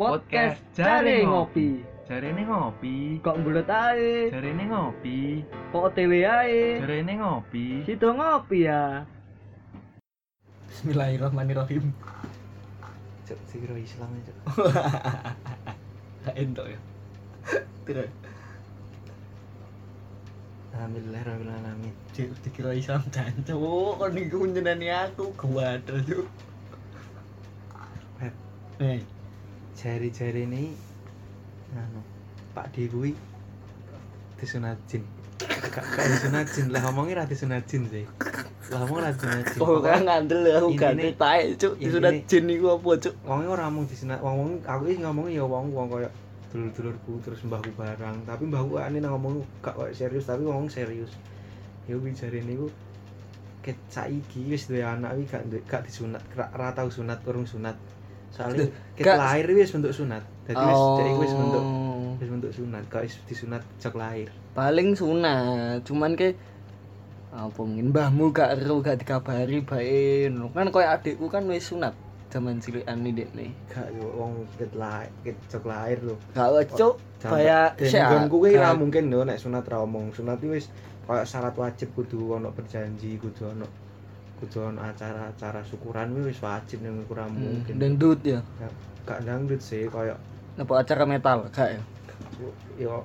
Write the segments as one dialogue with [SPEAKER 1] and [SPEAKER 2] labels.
[SPEAKER 1] Podcast Jare Ngopi.
[SPEAKER 2] Jarene ngopi,
[SPEAKER 1] Kok mbulet ae,
[SPEAKER 2] jarene ngopi,
[SPEAKER 1] kok OTW ae.
[SPEAKER 2] jarene ngopi.
[SPEAKER 1] Situ ngopi ya.
[SPEAKER 3] Bismillahirrahmanirrahim.
[SPEAKER 2] Cuk, sira Islam cuk.
[SPEAKER 3] Tak entok ya. Tidak.
[SPEAKER 2] Alhamdulillah rabbil alamin.
[SPEAKER 3] Cek dikira Islam dan cowok kon niku nyeneni aku kuat cuk.
[SPEAKER 2] Pep.
[SPEAKER 3] Eh,
[SPEAKER 2] Jari-jari ini anu Pak D kuwi disunat jin. Kak kak disunat jin lah ngomongi ra disunat jin sih. Lah ngomong ra disunat jin.
[SPEAKER 3] oh kan ngandel
[SPEAKER 2] Intine-
[SPEAKER 3] aku ganti tae
[SPEAKER 2] intine-
[SPEAKER 3] cuk. Disunat jin niku apa cuk?
[SPEAKER 2] wonge ora mung disunat, wong wong aku iki ngomongi ya wong wong koyo dulur-dulurku terus mbahku barang, tapi mbahku ane nang ngomong gak koyo serius tapi ngomong serius. Ya kuwi jarene iku ket saiki wis duwe anak iki gak duwe- gak disunat, ra, ra tau sunat urung sunat. Soale
[SPEAKER 3] Duh,
[SPEAKER 2] ket
[SPEAKER 3] gak-
[SPEAKER 2] lahir wis bentuk sunat. Dadi wis
[SPEAKER 3] Oh.
[SPEAKER 2] dek iku wis bentuk wis bentuk sunat, gak wis disunat cek lahir.
[SPEAKER 3] paling sunat, cuman ke apa mungkin mbahmu gak ero gak dikabari bae ngono. kan koyo adikku kan wis sunat zaman cilikan iki dekne
[SPEAKER 2] Gak yo wong ket lahir, ket cek lahir lho.
[SPEAKER 3] gak cuk Kayak sehat. Kan.
[SPEAKER 2] Gonku kuwi ra
[SPEAKER 3] Kayak-
[SPEAKER 2] mungkin lho nek sunat ra omong. Sunat kuwi wis kayak syarat wajib kudu ono perjanji, kudu ono kudu ono acara-acara syukuran kuwi wis wajib ning iku ra mungkin.
[SPEAKER 3] Hmm, dan dut ya
[SPEAKER 2] Gak dangdut sih kayak
[SPEAKER 3] apa acara metal gak ya
[SPEAKER 2] yo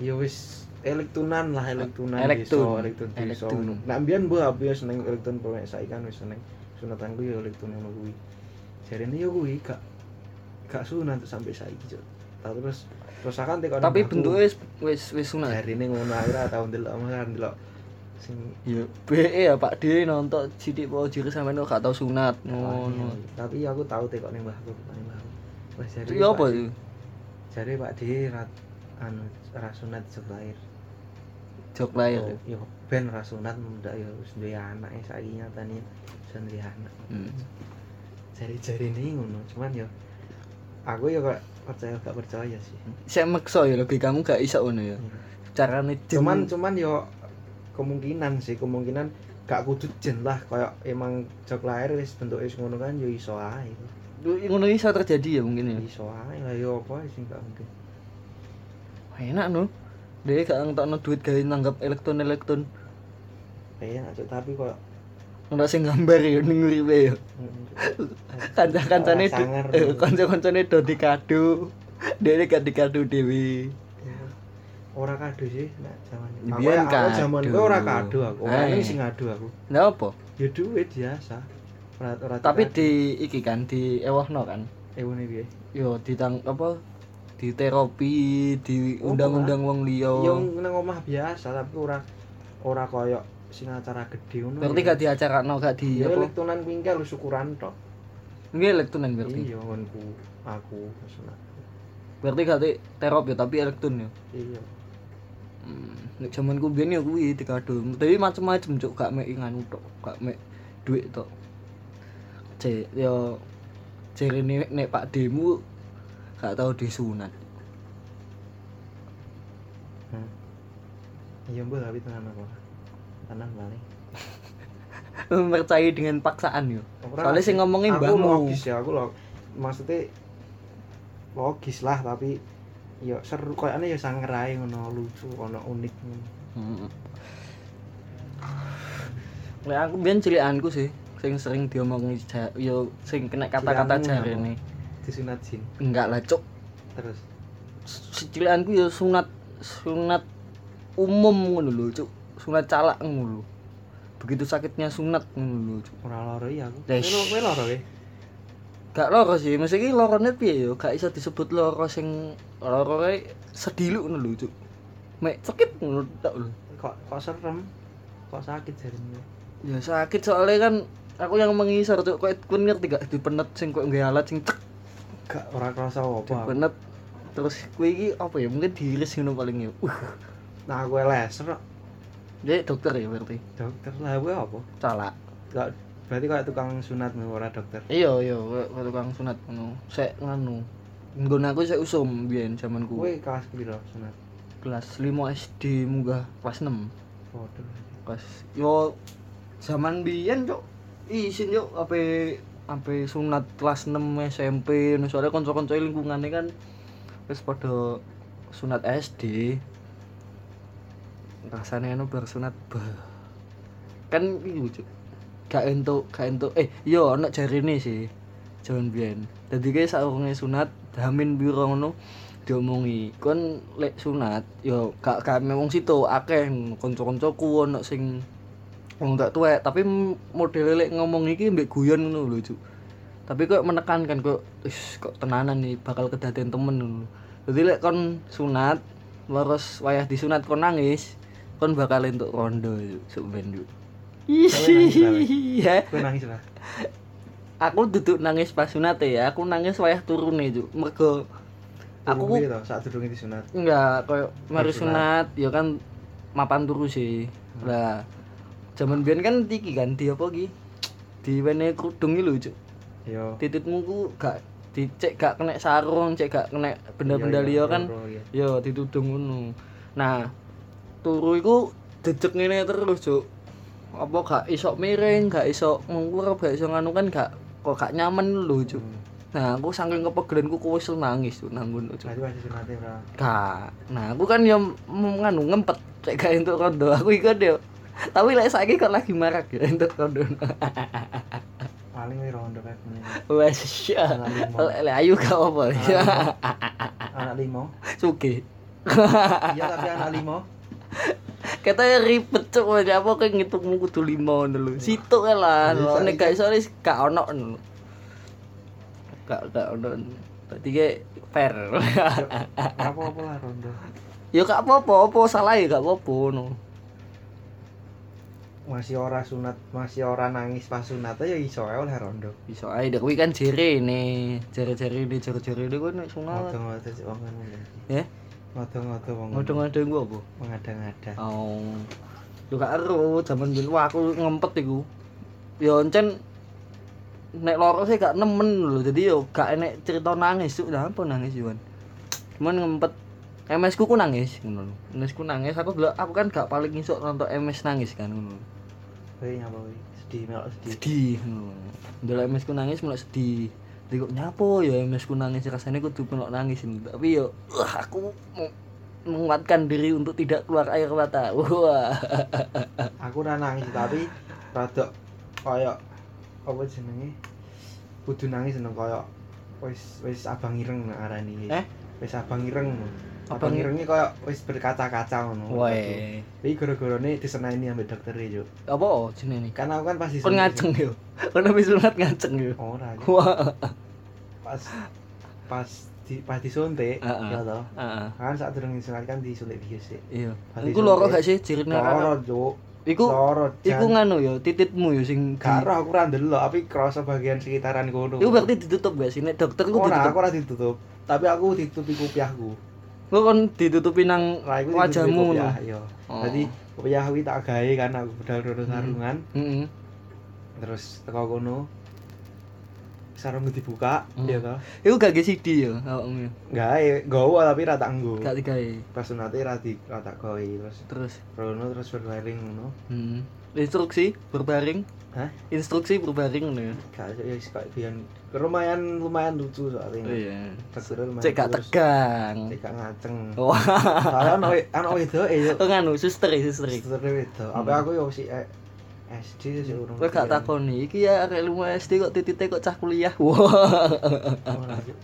[SPEAKER 2] yo wis elektunan lah elektunan
[SPEAKER 3] Elektun.
[SPEAKER 2] desa, elektun desa.
[SPEAKER 3] Elektun.
[SPEAKER 2] Nek mbiyen mbok aku yo seneng elektun kok nek saiki kan wis seneng sunatan kuwi yo elektun ngono kuwi. Jarene yo kuwi gak gak sunat sampai saiki, Cuk. Tau Terus terus akan tekan
[SPEAKER 3] tapi
[SPEAKER 2] mbahku.
[SPEAKER 3] bentuknya wis wis wis sunat
[SPEAKER 2] hari ini ngono ae ra tau ndelok malah ndelok sing
[SPEAKER 3] ya BE E ya Pak D nonton sidik po jiri sampean kok gak tau sunat ngono
[SPEAKER 2] tapi ya aku tau tekok ning mbahku tekok ning mbahku wes jare
[SPEAKER 3] itu ya apa itu
[SPEAKER 2] jare Pak D ra anu ra sunat sejak lahir
[SPEAKER 3] jok lahir
[SPEAKER 2] Oh, yo ben ra sunat mendak yo wis duwe anak e saiki nyatane wis duwe anak
[SPEAKER 3] Hmm.
[SPEAKER 2] jare-jare ini ngono cuman yo aku yo kok percaya gak percaya sih
[SPEAKER 3] saya maksa ya lagi kamu gak iso ngono ya carane jin-
[SPEAKER 2] cuman cuman yo kemungkinan sih kemungkinan gak kudu jen lah kayak emang jok lahir wis bentuke wis ngono kan yo iso ae
[SPEAKER 3] ngono iso terjadi ya mungkin ya
[SPEAKER 2] iso ae lah yo apa sih gak mungkin
[SPEAKER 3] Wah, enak no dia gak ngentokno duit gawe nanggap elektron elektron
[SPEAKER 2] Iya, Cuk, tapi kok
[SPEAKER 3] ora sing gambar ya ning uripe ya kanca-kancane
[SPEAKER 2] Ora sangar.
[SPEAKER 3] eh, kanca-kancane do dikado dia gak dikado dewi
[SPEAKER 2] ora kado sih nek zaman. Aku
[SPEAKER 3] Biyen
[SPEAKER 2] aku zaman
[SPEAKER 3] kado.
[SPEAKER 2] kowe ora kado aku. Ora
[SPEAKER 3] Eh.
[SPEAKER 2] ning sing ngadu aku.
[SPEAKER 3] nah apa
[SPEAKER 2] Ya duit biasa. Ora ora
[SPEAKER 3] tapi di iki kan di ewohno kan
[SPEAKER 2] ewone piye?
[SPEAKER 3] yo ditang apa di terapi di
[SPEAKER 2] Oh, iya.
[SPEAKER 3] undang-undang wong liya
[SPEAKER 2] Yo nang omah biasa tapi ora ora koyo sing acara gede ngono.
[SPEAKER 3] berarti gak diacarakno gak di
[SPEAKER 2] Yo
[SPEAKER 3] apa
[SPEAKER 2] lektunan kuwi engke lu syukuran tok.
[SPEAKER 3] nggih elektronan berarti
[SPEAKER 2] Iya ngonku aku maksudnya.
[SPEAKER 3] berarti gak di terop ya tapi elektron ya
[SPEAKER 2] Iya.
[SPEAKER 3] hmm. nek jamanku biyen ya kuwi dikado tapi macem-macem cuk gak mek nganu tok gak mek duit tok cek yo jarine nek Pak Demu gak tau disunat
[SPEAKER 2] Iya mbok tapi tenan apa? Tenan paling.
[SPEAKER 3] mempercayai dengan paksaan yo
[SPEAKER 2] Ora
[SPEAKER 3] soalnya sing ngomongin
[SPEAKER 2] aku
[SPEAKER 3] mbahmu
[SPEAKER 2] logis ya aku log maksudnya logis lah tapi ya seru kayaknya ya sangar ae ngono lucu ono unik ngono.
[SPEAKER 3] Heeh. Nah, aku biyen cilikanku sih sing sering diomongi ja- yo sing kena kata-kata
[SPEAKER 2] Cilikanmu
[SPEAKER 3] jarene.
[SPEAKER 2] disunat jin
[SPEAKER 3] Enggak lah, Cuk.
[SPEAKER 2] terus
[SPEAKER 3] S- Cilikanku yo sunat sunat umum ngono lho, Cuk. Sunat calak ngono lho. Begitu sakitnya sunat ngono lho, Cuk.
[SPEAKER 2] ora loro ya aku
[SPEAKER 3] Lah,
[SPEAKER 2] kowe kowe loro eh. kowe
[SPEAKER 3] Gak loro sih, mesti iki lorone piye yo, gak iso disebut loro sing lorone sediluk ngono lho, Cuk. Mek cekit ngono tok lho.
[SPEAKER 2] kok kok serem kok sakit jarinya
[SPEAKER 3] Ya sakit soalnya kan aku yang mengisor cuk kowe kowe ngerti gak dipenet sing kowe nggawe alat sing cek
[SPEAKER 2] gak ora kerasa apa aku.
[SPEAKER 3] dipenet terus kowe iki apa ya mungkin diiris ngono paling ya. Uh,
[SPEAKER 2] nah aku laser kok.
[SPEAKER 3] jadi dokter ya berarti.
[SPEAKER 2] dokter lah gue apa
[SPEAKER 3] Salah.
[SPEAKER 2] gak berarti kayak tukang sunat nih ora dokter
[SPEAKER 3] Iya iya kowe kowe tukang sunat ngono. Sek nganu. Nggon aku sek usum biyen
[SPEAKER 2] kowe
[SPEAKER 3] zamanku.
[SPEAKER 2] kelas piro sunat
[SPEAKER 3] Kelas 5 SD munggah kelas 6.
[SPEAKER 2] waduh
[SPEAKER 3] Kelas yo zaman biyen cuk. Isin yuk apa sampai sunat kelas 6 SMP nah, soalnya kanca-kanca lingkungannya kan wis pada sunat SD rasanya anu bar sunat bah kan iku Cuk. gak entuk gak entuk eh yo ana jarine sih John Bian dadi kae saurunge sunat hamin piro ngono diomongi kon lek sunat yo gak gak memang situ akeh kanca-kancaku ana sing wong tak tuwek tapi m- modele lek ngomong iki mbek guyon ngono lho Cuk. tapi kok menekankan kok "Is, kok tenanan nih bakal kedaten temen ngono jadi lek kon sunat terus wayah disunat kon nangis kon bakal entuk rondo Cuk, sok ben Cuk. Iya.
[SPEAKER 2] Gue nangis lah.
[SPEAKER 3] aku duduk nangis pas sunat ya aku nangis wayah turune Cuk. mergo aku
[SPEAKER 2] Aku gitu, saat duduk di sunat.
[SPEAKER 3] enggak koyo mari
[SPEAKER 2] Mari
[SPEAKER 3] sunat ya kan mapan turu sih lah zaman biyen kan tiki kan di apa ki di wene kerudung iki lho Cuk.
[SPEAKER 2] Yo.
[SPEAKER 3] tititmu ku gak dicek gak kena sarung cek gak kena
[SPEAKER 2] Yo, iya,
[SPEAKER 3] benda-benda
[SPEAKER 2] yo,
[SPEAKER 3] liya kan
[SPEAKER 2] yo, yo.
[SPEAKER 3] ya ditudung ngono nah turu iku dedek ngene terus Cuk. apa gak iso miring gak iso mengkurep gak iso nganu kan gak kok gak nyaman lho Cuk.
[SPEAKER 2] Hmm.
[SPEAKER 3] nah aku saking kepegelenku ku wis nangis Cuk, nang ngono Cuk.
[SPEAKER 2] Berarti masih sunatnya ora.
[SPEAKER 3] Nah, nah aku kan yang nganu ngempet cek gak entuk rondo aku ikut yo. Tapi lek saiki kok lagi marak ya entuk rondo.
[SPEAKER 2] Paling wis rondo kayak gini.
[SPEAKER 3] Wes ya.
[SPEAKER 2] Anak limo.
[SPEAKER 3] Lek lek ayu gak apa ya.
[SPEAKER 2] Anak limo.
[SPEAKER 3] Suki.
[SPEAKER 2] Iya tapi anak limo.
[SPEAKER 3] Katanya ribet cuk ya apa kok ngitungmu kudu lima ngono lho. Situ ae lah.
[SPEAKER 2] Iya,
[SPEAKER 3] Nek
[SPEAKER 2] saiki.
[SPEAKER 3] gak iso wis gak ono ngono. Gak gak ono. Berarti kayak fair.
[SPEAKER 2] Apa apa lah rondo.
[SPEAKER 3] Yo gak apa-apa, apa salah ya gak apa-apa ngono.
[SPEAKER 2] Masih ora sunat, masih ora nangis pas sunat ya iso ae oleh rondo.
[SPEAKER 3] bisa aja deh kuwi kan jere ini jere-jere ini jere-jere ini kuwi nek sunat
[SPEAKER 2] Ngodo-ngodo sik wong ngono.
[SPEAKER 3] Eh?
[SPEAKER 2] Ngodo-ngodo wong.
[SPEAKER 3] ngodong-ngodong gua apa
[SPEAKER 2] Mengada-ngada.
[SPEAKER 3] oh yo gak ero jaman biyen wah aku ngempet iku yo encen nek loro sih gak nemen lho jadi yo gak enek cerita nangis tuh dah apa nangis Yuan cuman ngempet MS ku ku nangis ngono lho. MS ku nangis aku delok- aku kan gak paling ngisuk nonton MS nangis kan ngono lho.
[SPEAKER 2] Kowe nyapa kowe? Sedih melok sedih.
[SPEAKER 3] sedih hmm. ndelok MS ku nangis mulai sedih Jadi kok nyapo ya MS ku nangis rasanya kudu melok nangis ini tapi yo wah aku mau menguatkan diri untuk tidak keluar air mata wah
[SPEAKER 2] aku ora nangis tapi rada kaya apa jenenge kudu nangis nang kaya wis wis abang ireng nek arani
[SPEAKER 3] Eh?
[SPEAKER 2] wis abang ireng abang,
[SPEAKER 3] Abang
[SPEAKER 2] irengnya kaya wis berkaca-kaca ngono
[SPEAKER 3] Woi,
[SPEAKER 2] iki gara-garane diseneni ambek dokter yo
[SPEAKER 3] apa jenenge nih?
[SPEAKER 2] kan aku kan pasti
[SPEAKER 3] Kon ngaceng yo. Kon habis sunat ngaceng yo.
[SPEAKER 2] ora Cuk.
[SPEAKER 3] Wah,
[SPEAKER 2] pas pas di pas disuntik
[SPEAKER 3] Heeh.
[SPEAKER 2] ya toh
[SPEAKER 3] heeh.
[SPEAKER 2] kan saat durung disuntik kan disuntik bius sih
[SPEAKER 3] Iya.
[SPEAKER 2] Berarti
[SPEAKER 3] Iku loro
[SPEAKER 2] suntik.
[SPEAKER 3] gak sih jirine
[SPEAKER 2] loro cuk
[SPEAKER 3] Iku
[SPEAKER 2] loro
[SPEAKER 3] Nah, iku
[SPEAKER 2] jan
[SPEAKER 3] nganu yo, tititmu yo sing di-
[SPEAKER 2] karo aku ora ndelok tapi kerasa bagian sekitaran kono
[SPEAKER 3] Iku berarti ditutup gak sih nek dokter ku
[SPEAKER 2] Ora,
[SPEAKER 3] ditutup.
[SPEAKER 2] aku ora ditutup. Tapi aku ditutupi kopiahku.
[SPEAKER 3] Lu kon ditutupi nang
[SPEAKER 2] Lah iku ditutupi
[SPEAKER 3] Wajahmu
[SPEAKER 2] kopiah, yo.
[SPEAKER 3] Oh.
[SPEAKER 2] Dadi kopiah kuwi tak gawe kan aku budal
[SPEAKER 3] Hmm.
[SPEAKER 2] rono sarungan,
[SPEAKER 3] heeh.
[SPEAKER 2] terus teko kono. Sarungku dibuka,
[SPEAKER 3] Hmm.
[SPEAKER 2] ya toh.
[SPEAKER 3] Iku gak ge CD yo awakmu. yo.
[SPEAKER 2] Gawe gawa tapi ra tak nggo.
[SPEAKER 3] Gak digawe.
[SPEAKER 2] Pas sunate ra di ra tak gawe terus
[SPEAKER 3] Terus
[SPEAKER 2] rono terus berbaring ngono.
[SPEAKER 3] Hmm. Instruksi berbaring.
[SPEAKER 2] Hah?
[SPEAKER 3] Instruksi berbaring ngono ya.
[SPEAKER 2] Gak ya wis kok biyen lumayan lumayan lucu soalnya.
[SPEAKER 3] Iya.
[SPEAKER 2] Tegur lumayan
[SPEAKER 3] Cek gak
[SPEAKER 2] terus.
[SPEAKER 3] tegang.
[SPEAKER 2] Cek gak ngaceng.
[SPEAKER 3] Wah,
[SPEAKER 2] Soalnya ana we- ana wedoke yo.
[SPEAKER 3] oh, nganu suster, ya, suster. ya.
[SPEAKER 2] Setelah itu, apa aku yo si eh, SD sih urung.
[SPEAKER 3] Kowe gak
[SPEAKER 2] kuliah.
[SPEAKER 3] takoni, iki ya arek lumu SD kok titite kok cah kuliah. Wah.
[SPEAKER 2] Oh, Ora, Cuk.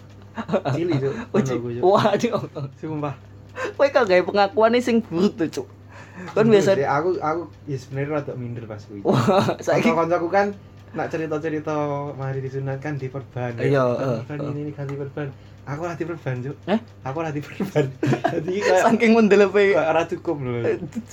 [SPEAKER 2] Cili cuk.
[SPEAKER 3] Uji.
[SPEAKER 2] Menurutku, Cuk.
[SPEAKER 3] Wah, Cuk.
[SPEAKER 2] Sumpah.
[SPEAKER 3] Kowe kok gawe pengakuan nih sing buruk tuh, Cuk. Kan
[SPEAKER 2] Menurut
[SPEAKER 3] biasa
[SPEAKER 2] sih, aku aku ya sebenarnya rada minder pas kuwi.
[SPEAKER 3] Wah, saiki
[SPEAKER 2] Kanca-kancaku kan nak cerita-cerita mari disunat kan diperban.
[SPEAKER 3] Iya,
[SPEAKER 2] Perban,
[SPEAKER 3] eh,
[SPEAKER 2] perban, ini ini ganti perban. Aku lah diperban, Cuk.
[SPEAKER 3] Eh?
[SPEAKER 2] Aku lah diperban. Jadi iki kayak
[SPEAKER 3] saking mendelepe.
[SPEAKER 2] kayak ora cukup lho.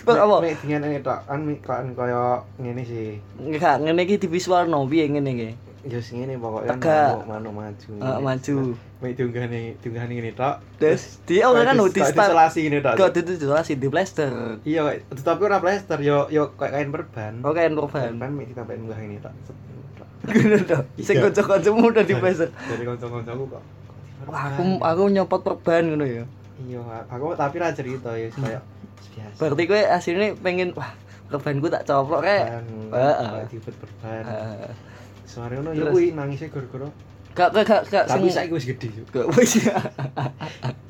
[SPEAKER 3] Pak Eh, apa?
[SPEAKER 2] Mek dengan ini tok kan mik kan koyo ngene sih.
[SPEAKER 3] Enggak, ngene iki divisualno piye ngene iki.
[SPEAKER 2] Ya sing ngene pokoknya
[SPEAKER 3] Tegak.
[SPEAKER 2] manuk- manuk maju.
[SPEAKER 3] Heeh, maju.
[SPEAKER 2] Mek diunggahne diunggahne ngene tok.
[SPEAKER 3] Terus dia orang
[SPEAKER 2] Kayak dis-
[SPEAKER 3] kan udah
[SPEAKER 2] kayak
[SPEAKER 3] start.
[SPEAKER 2] diselasi ngene tok. Cuk.
[SPEAKER 3] Kok itu jelas di plaster.
[SPEAKER 2] Iya, kayak- tapi ora plester, yo yo kayak kain perban.
[SPEAKER 3] Oke, Nurfan.
[SPEAKER 2] Perban mesti tambahin munggah ini tak. Set, tak.
[SPEAKER 3] Gitu dong. Sing
[SPEAKER 2] Iya.
[SPEAKER 3] kanca-kancamu udah di plaster.
[SPEAKER 2] Dari kanca-kancaku kok.
[SPEAKER 3] Wah, aku aku nyopot perban ngono ya.
[SPEAKER 2] iya, aku tapi ra cerita ya wis kayak biasa.
[SPEAKER 3] Berarti kowe aslinya pengen wah perban ku tak coplok
[SPEAKER 2] Perban,
[SPEAKER 3] kayak Heeh.
[SPEAKER 2] kayak dibuat perban.
[SPEAKER 3] Eh,
[SPEAKER 2] Sore ngono ya
[SPEAKER 3] Terus?
[SPEAKER 2] kuwi nangisnya gara-gara
[SPEAKER 3] Gak gak gak gak
[SPEAKER 2] tapi
[SPEAKER 3] sing-
[SPEAKER 2] saiki wis gede yuk.
[SPEAKER 3] gak wis ya.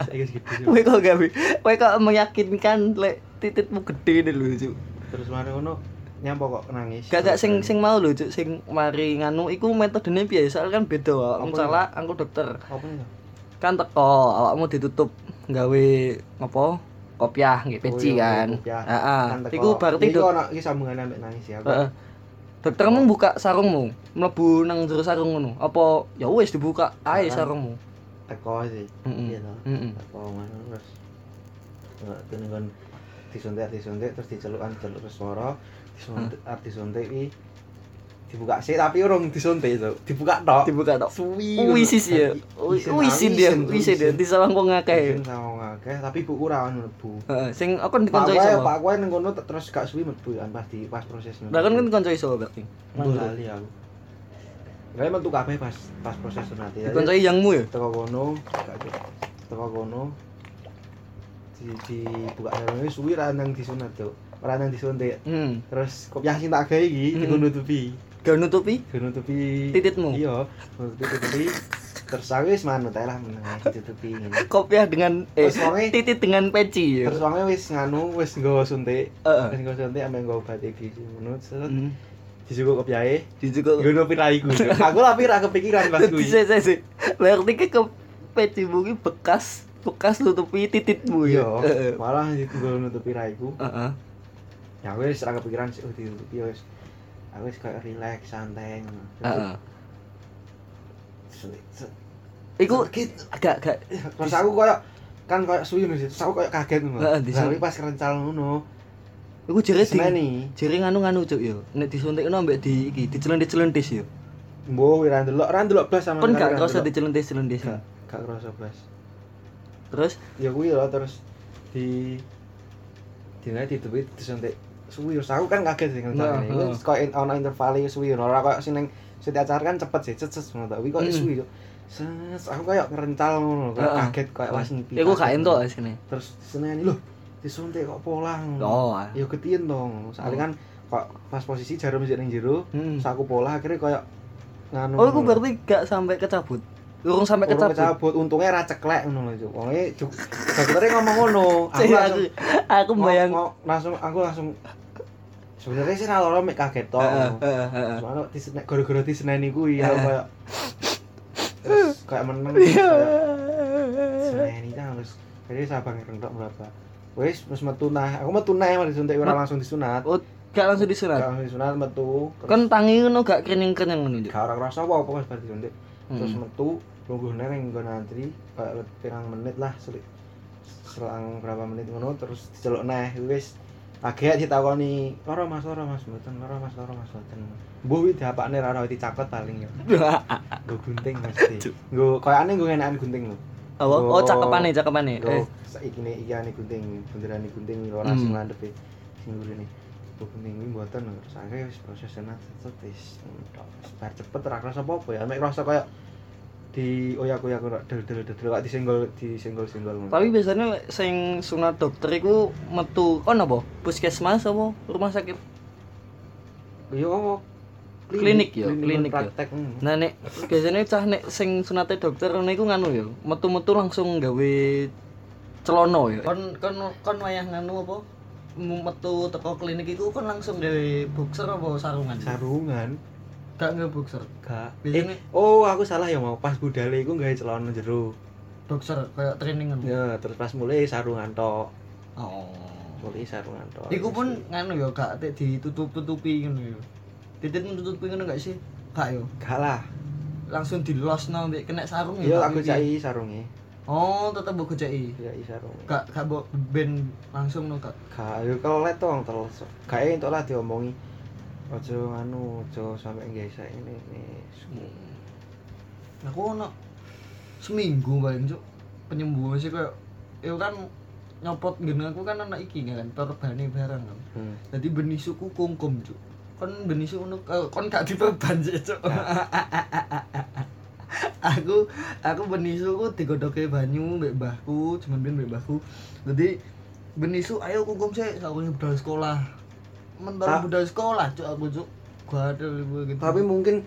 [SPEAKER 2] Saiki wis gede yuk.
[SPEAKER 3] Kowe kok gak bi- kowe kok meyakinkan lek tititmu gede nih lho, Cuk.
[SPEAKER 2] Terus mari ngono nyampo kok nangis.
[SPEAKER 3] Gak gak sing sing mau lho, Cuk, sing mari nganu iku metodene piye? Soalnya kan beda, awakmu
[SPEAKER 2] Apa
[SPEAKER 3] salah, aku dokter.
[SPEAKER 2] apa nih?
[SPEAKER 3] Kan teko awakmu ditutup nggawe apa? Kopiah nggih peci
[SPEAKER 2] Oh, iya,
[SPEAKER 3] kan.
[SPEAKER 2] kopiah.
[SPEAKER 3] Heeh. Iku berarti
[SPEAKER 2] dok.
[SPEAKER 3] dok-
[SPEAKER 2] Ono iki sambungan ambek nangis ya.
[SPEAKER 3] Heeh. Doktermu buka sarungmu, mlebu nang jero sarung ngono. Apa ya wis dibuka
[SPEAKER 2] Heeh.
[SPEAKER 3] ae sarungmu.
[SPEAKER 2] Teko sih. Iya
[SPEAKER 3] Heeh.
[SPEAKER 2] toh.
[SPEAKER 3] Heeh.
[SPEAKER 2] Teko ngono terus. Enggak kene kon disuntik disuntik terus dicelukan celuk terus swara disuntik arep disuntik iki dibuka sih tapi urung disuntik itu dibuka tok
[SPEAKER 3] Dibuka tok.
[SPEAKER 2] suwi
[SPEAKER 3] Wisis
[SPEAKER 2] iya.
[SPEAKER 3] ya.
[SPEAKER 2] Wisin,
[SPEAKER 3] Wisin dia,
[SPEAKER 2] wisin,
[SPEAKER 3] wisin dia.
[SPEAKER 2] wisin.
[SPEAKER 3] Disalah iya, wong akeh.
[SPEAKER 2] kayak sama ngakeh tapi ibu ora mlebu
[SPEAKER 3] Heeh, sing aku kan
[SPEAKER 2] Pak
[SPEAKER 3] dikoncoki
[SPEAKER 2] Wae,
[SPEAKER 3] sapa?
[SPEAKER 2] Pak Wae nang kono te- terus gak suwi mlebu kan pas di pas proses
[SPEAKER 3] Lah kan kan koncoki sapa berarti?
[SPEAKER 2] Iya, Mlebu lali aku. Kayak metu kabeh pas pas proses sunat. ya.
[SPEAKER 3] Dikoncoki yangmu ya?
[SPEAKER 2] teko kono gak cuk. teko kono di dibuka sarungnya suwi ra nang disunat tuh ora nang disuntik
[SPEAKER 3] Hmm.
[SPEAKER 2] terus kopiah sing tak gawe iki
[SPEAKER 3] Hmm.
[SPEAKER 2] diku nutupi
[SPEAKER 3] Gak nutupi
[SPEAKER 2] diku nutupi
[SPEAKER 3] tititmu.
[SPEAKER 2] iya nutupi nutupi terus aku wis manut ae lah menengah ditutupi ngene
[SPEAKER 3] Kopiah dengan eh
[SPEAKER 2] terus wonge
[SPEAKER 3] titit dengan peci ya.
[SPEAKER 2] terus wonge wis nganu wis nggawa suntik
[SPEAKER 3] Heeh.
[SPEAKER 2] wis nggawa suntik ambek nggawa obat iki ngono terus
[SPEAKER 3] Hmm.
[SPEAKER 2] disukuk kopiahe
[SPEAKER 3] Dijukuk.
[SPEAKER 2] nggono piraiku aku lah pira kepikiran pas
[SPEAKER 3] Dadi
[SPEAKER 2] kuwi
[SPEAKER 3] saya saya sih. Berarti ke ke peci mungkin bekas bekas nutupi tititmu ya.
[SPEAKER 2] iya
[SPEAKER 3] Heeh.
[SPEAKER 2] malah nggono nutupi piraiku
[SPEAKER 3] Heeh.
[SPEAKER 2] ya aku wis ra kepikiran sih oh ditutupi wis aku wis kayak relax santai ngono
[SPEAKER 3] Heeh.
[SPEAKER 2] Terus- terus-
[SPEAKER 3] Iku
[SPEAKER 2] sakit.
[SPEAKER 3] gak gak
[SPEAKER 2] terus aku kayak kan kayak suwi ngono sih terus aku kayak kaget ngono
[SPEAKER 3] Heeh,
[SPEAKER 2] Terus
[SPEAKER 3] disu-
[SPEAKER 2] tapi pas kerencal ngono
[SPEAKER 3] iku jere di
[SPEAKER 2] semeni
[SPEAKER 3] jere nganu nganu cuk ya. Nek disuntikno ambek di iki dicelentis-celentis ya.
[SPEAKER 2] mbuh wis ra ndelok ra ndelok blas sama
[SPEAKER 3] Pun
[SPEAKER 2] sekali
[SPEAKER 3] gak
[SPEAKER 2] ra
[SPEAKER 3] kerasa
[SPEAKER 2] ndelok.
[SPEAKER 3] dicelentis-celentis.
[SPEAKER 2] Gak. gak kerasa blas
[SPEAKER 3] Terus
[SPEAKER 2] ya kuwi lho terus di di nek ditutupi disuntik suwi terus aku kan kaget sih
[SPEAKER 3] Nah,
[SPEAKER 2] ngerencal ini
[SPEAKER 3] heeh.
[SPEAKER 2] terus kayak in- ono intervale suwi ngono ora kayak sing ning setiap acara kan cepet sih cet cet ngono tapi kayak
[SPEAKER 3] Mm.
[SPEAKER 2] suwi yo Ses, aku kayak ngerencal ngono, kayak
[SPEAKER 3] Heeh.
[SPEAKER 2] kaget kayak was mimpi.
[SPEAKER 3] iku gak
[SPEAKER 2] kaget.
[SPEAKER 3] entuk asine.
[SPEAKER 2] terus seneni loh disuntik kok pola ngono.
[SPEAKER 3] Oh. ah.
[SPEAKER 2] ya ketien dong
[SPEAKER 3] Oh.
[SPEAKER 2] soalnya kan kok pas posisi jarum sik ning jero
[SPEAKER 3] Hmm.
[SPEAKER 2] terus aku pola akhirnya koyo nganu
[SPEAKER 3] Oh, iku berarti gak sampai kecabut. Urung sampai
[SPEAKER 2] kecabut.
[SPEAKER 3] kecabut.
[SPEAKER 2] kecabut untungnya ra ceklek ngono lho Cuk. wonge Cuk, dokternya ngomong ngono aku
[SPEAKER 3] Cih,
[SPEAKER 2] langsung
[SPEAKER 3] aku aku bayang.
[SPEAKER 2] ngo- ngo- langsung aku langsung sebenarnya sih ra loro mek kaget tok
[SPEAKER 3] Heeh, heeh, heeh.
[SPEAKER 2] soalnya disenek gara-gara diseneni kuwi aku
[SPEAKER 3] Heeh.
[SPEAKER 2] koyo terus kayak meneng
[SPEAKER 3] Iya.
[SPEAKER 2] kayak- Seneni kan harus jadi sabang rentok berapa? Wis wis metu nah. Aku metu nah mari suntik ora
[SPEAKER 3] Met-
[SPEAKER 2] langsung disunat.
[SPEAKER 3] Gak langsung
[SPEAKER 2] Gak
[SPEAKER 3] disunat.
[SPEAKER 2] langsung disunat metu. terus
[SPEAKER 3] Kan tangi ngono gak kenyang-kenyang ngono. Cuk.
[SPEAKER 2] gak ora ngerasa apa-apa wis bar disuntik. Terus
[SPEAKER 3] Hmm.
[SPEAKER 2] metu nunggu neng nggon antri kayak wet- pirang menit lah selik selang berapa menit ngono terus diceluk neh wis kaget ditakoni loro Mas loro Mas mboten loro Mas loro Mas mboten mbuh iki diapakne ra ora dicaket paling ya nggo gunting mesti nggo koyane nggo enakan gunting lho
[SPEAKER 3] Apa? Oh,
[SPEAKER 2] Oh.
[SPEAKER 3] cakepane, cakepane. Eh,
[SPEAKER 2] Yo, saiki ne iki ane gunting, bunderane gunting lho ora sing
[SPEAKER 3] Hmm.
[SPEAKER 2] landhep e. Sing ngurine. Bu gunting kuwi mboten lho. Saiki wis proses senat tetes. Bar cepet ora kerasa apa-apa ya. Mek kerasa kaya di oyak-oyak kok del-del-del kok disenggol disenggol-senggol ngono.
[SPEAKER 3] tapi biasanya sing sunat dokter iku metu kon apa? Puskesmas apa rumah sakit?
[SPEAKER 2] yo
[SPEAKER 3] Klinik ya, klinik ya.
[SPEAKER 2] praktek. mm.
[SPEAKER 3] Nah nek biasanya cah nek sing sunate dokter ngono iku nganu ya, metu-metu langsung gawe celono ya. Kon kon kon wayah nganu apa? Mu- Metu teko klinik iku kon langsung gawe boxer apa sarungan?
[SPEAKER 2] Sarungan
[SPEAKER 3] Gak nggawe boxer.
[SPEAKER 2] gak. Eh,
[SPEAKER 3] Biasanya
[SPEAKER 2] oh aku salah ya mau pas budale iku gawe celana jero.
[SPEAKER 3] boxer kayak training ngono.
[SPEAKER 2] Ya, terus pas mulai sarungan tok.
[SPEAKER 3] Oh.
[SPEAKER 2] Mulai sarungan tok.
[SPEAKER 3] Iku pun nganu ya gak tek ditutup-tutupi ngono ya. Titit nutupi ngono gak sih? Gak yo.
[SPEAKER 2] gak lah.
[SPEAKER 3] Langsung dilosno mbek kena sarung
[SPEAKER 2] Yo
[SPEAKER 3] ya, Hmm, gak
[SPEAKER 2] aku
[SPEAKER 3] pipi.
[SPEAKER 2] cai sarunge.
[SPEAKER 3] Oh, tetep mbok goceki.
[SPEAKER 2] Cai sarunge.
[SPEAKER 3] Gak gak mbok ben langsung no gak.
[SPEAKER 2] gak yo kelet to wong terus gak entuk lah diomongi aja anu aja sampe gesek ini ini
[SPEAKER 3] Hmm. aku ono seminggu paling cuk penyembuhan sih kayak itu kan nyopot gini aku kan anak iki kan perbani barang kan
[SPEAKER 2] Hmm.
[SPEAKER 3] jadi benih suku kungkum cuk kon benih suku nuk- eh, kon gak diperban sih cuk
[SPEAKER 2] Nah.
[SPEAKER 3] aku aku benih suku digodoke banyu mbek mbahku cuman ben mbek mbahku jadi benih suku ayo kungkum sih aku budal sekolah mentara
[SPEAKER 2] Ta-
[SPEAKER 3] budal sekolah cuk aku cuk gua ada libur gitu
[SPEAKER 2] Nah. tapi mungkin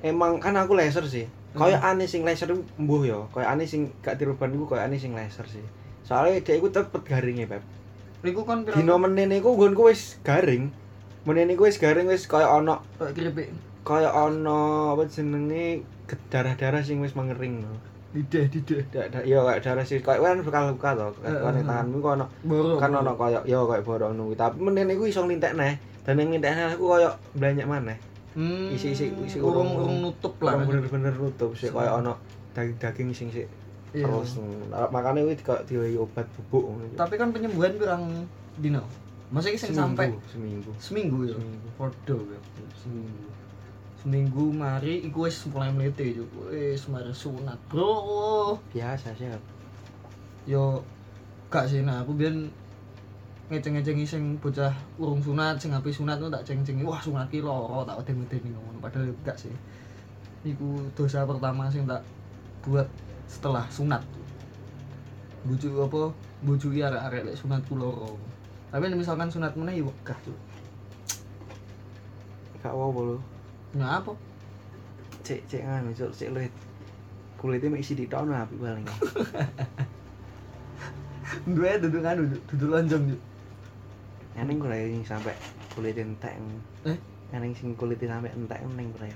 [SPEAKER 2] emang kan aku laser sih
[SPEAKER 3] Hmm.
[SPEAKER 2] kaya aneh sing laser itu mbuh ya kaya aneh sing gak diruban iku kaya aneh sing laser sih soalnya dia iku tepet garingnya Pep
[SPEAKER 3] Niku kan pira
[SPEAKER 2] dino menen iku nggonku wis garing menen iku wis garing wis kaya ono
[SPEAKER 3] kayak keripik
[SPEAKER 2] kaya ono apa jenenge darah-darah sing wis mengering no.
[SPEAKER 3] dideh dideh.
[SPEAKER 2] Da, da, yo kayak darah sih kayak kan bekal buka to
[SPEAKER 3] Eh,
[SPEAKER 2] kan
[SPEAKER 3] eh,
[SPEAKER 2] tanganmu kok ono
[SPEAKER 3] Boro.
[SPEAKER 2] kan ono kaya yo kayak borong nunggu tapi menen iku iso nglintek neh dan yang nglintek neh aku kaya banyak maneh
[SPEAKER 3] Hmm,
[SPEAKER 2] isi- isi- isi urung-
[SPEAKER 3] urung urung nutup lah.
[SPEAKER 2] Orang bener-bener nutup sih kaya ono daging-daging sing sih
[SPEAKER 3] Iya.
[SPEAKER 2] terus nah, makanya wih kok diwai obat bubuk ngono.
[SPEAKER 3] Tapi kan penyembuhan pirang dino. Masa iki sing
[SPEAKER 2] Seminggu,
[SPEAKER 3] sampai
[SPEAKER 2] seminggu
[SPEAKER 3] seminggu ya.
[SPEAKER 2] seminggu
[SPEAKER 3] Podo ya. Seminggu. Seminggu mari iku wis mulai mlete yo. Wis mari sunat, Bro.
[SPEAKER 2] biasa sih Kak.
[SPEAKER 3] Yo gak sih nah aku biyen ngeceng-ngecengi sing bocah urung sunat sing habis sunat tuh tak ceng-cengi wah sunat ki loro tak wedeni-wedeni ngono padahal yo gak sih. Iku dosa pertama sing tak buat setelah sunat. Bujuk apa? Bujuki arek-arek lek sunatku loro. Tapi nek misalkan sunat meneh yo wegah Cuk.
[SPEAKER 2] gak apa-apa lho
[SPEAKER 3] Nah apa?
[SPEAKER 2] cek cek nganu cek cek kulit kulitnya mek isi di tahun api paling
[SPEAKER 3] Dua duduk kan duduk duduk lonjong yuk.
[SPEAKER 2] eneng kula yang sampai kulit entek
[SPEAKER 3] Eh?
[SPEAKER 2] eneng sing kulitnya sampai entek eneng kula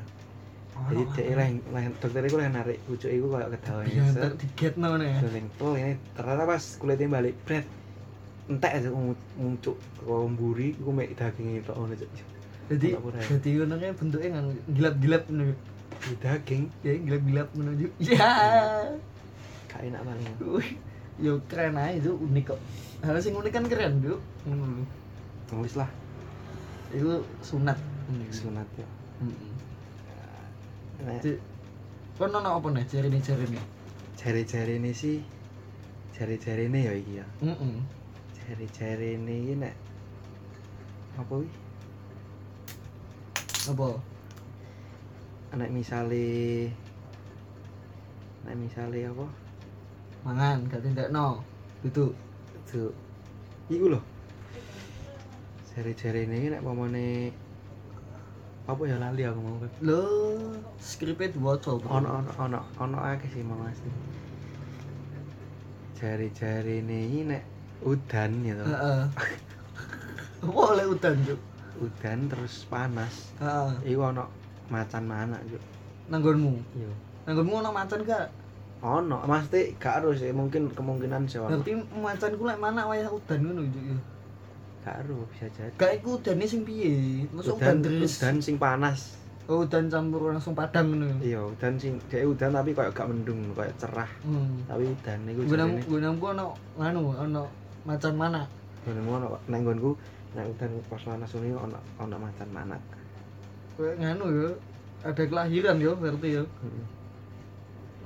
[SPEAKER 2] jadi dia lah lah dokter iku lah narik pucuk iku kayak kedawan
[SPEAKER 3] Ya entar diget no ya.
[SPEAKER 2] Doling tuh ini ternyata pas kulitnya balik bread entek aja muncul kalau mburi iku mek daging itu oh, ono cek
[SPEAKER 3] Jadi
[SPEAKER 2] Enggak pura ya.
[SPEAKER 3] jadi ngono kae bentuke kan gilap-gilap ngono. yuk.
[SPEAKER 2] Di daging
[SPEAKER 3] Ya gilap-gilap menuju.
[SPEAKER 2] Iya.
[SPEAKER 3] Ya.
[SPEAKER 2] gak enak paling
[SPEAKER 3] Wih. Yo keren aja itu unik kok. Hal sing unik kan keren, Duk. Ngono lho.
[SPEAKER 2] nulis Ya lah
[SPEAKER 3] Itu sunat.
[SPEAKER 2] sunat ya
[SPEAKER 3] Heeh.
[SPEAKER 2] Nek
[SPEAKER 3] Kon ono apa nih jarine-jarine?
[SPEAKER 2] jari-jari ini sih jari-jari ini ya iki ya
[SPEAKER 3] Heeh.
[SPEAKER 2] jari-jari ini iki nek apa wih
[SPEAKER 3] Apa?
[SPEAKER 2] nek misale nek misale apa
[SPEAKER 3] Mangan, gak tindakno. Duduk.
[SPEAKER 2] itu iku loh jari-jari ini nek pomone apa ya lali aku mau Beb.
[SPEAKER 3] Lho, skripnya diwaca. Bro.
[SPEAKER 2] ono ono ono ono akeh sih mau asli jari-jari ini nek udan gitu
[SPEAKER 3] Heeh. Apa oleh udan, Cuk?
[SPEAKER 2] udan terus panas
[SPEAKER 3] Heeh.
[SPEAKER 2] iku ono macan mana juk
[SPEAKER 3] Nanggonmu.
[SPEAKER 2] iya
[SPEAKER 3] Nanggonmu ono macan gak?
[SPEAKER 2] ono mesti gak harus sih mungkin kemungkinan sih ono
[SPEAKER 3] Berarti macan ku lek mana wayah udan ngono Cuk, ya.
[SPEAKER 2] gak harus bisa jadi
[SPEAKER 3] Gak iku udane sing piye? Masuk udan
[SPEAKER 2] udan
[SPEAKER 3] terus.
[SPEAKER 2] udan sing panas
[SPEAKER 3] Oh, udan campur langsung padang ngono.
[SPEAKER 2] iya udan sing dia udan tapi kayak gak mendung kayak cerah
[SPEAKER 3] Hmm.
[SPEAKER 2] tapi udan iku
[SPEAKER 3] Gunam
[SPEAKER 2] jarene
[SPEAKER 3] gunamku ono nganu, ono macan mana?
[SPEAKER 2] gunung ono Pak. nek nggonku nek udan pas panas ini ono ono macan mana
[SPEAKER 3] Kayak nganu ya. Ada kelahiran ya berarti ya.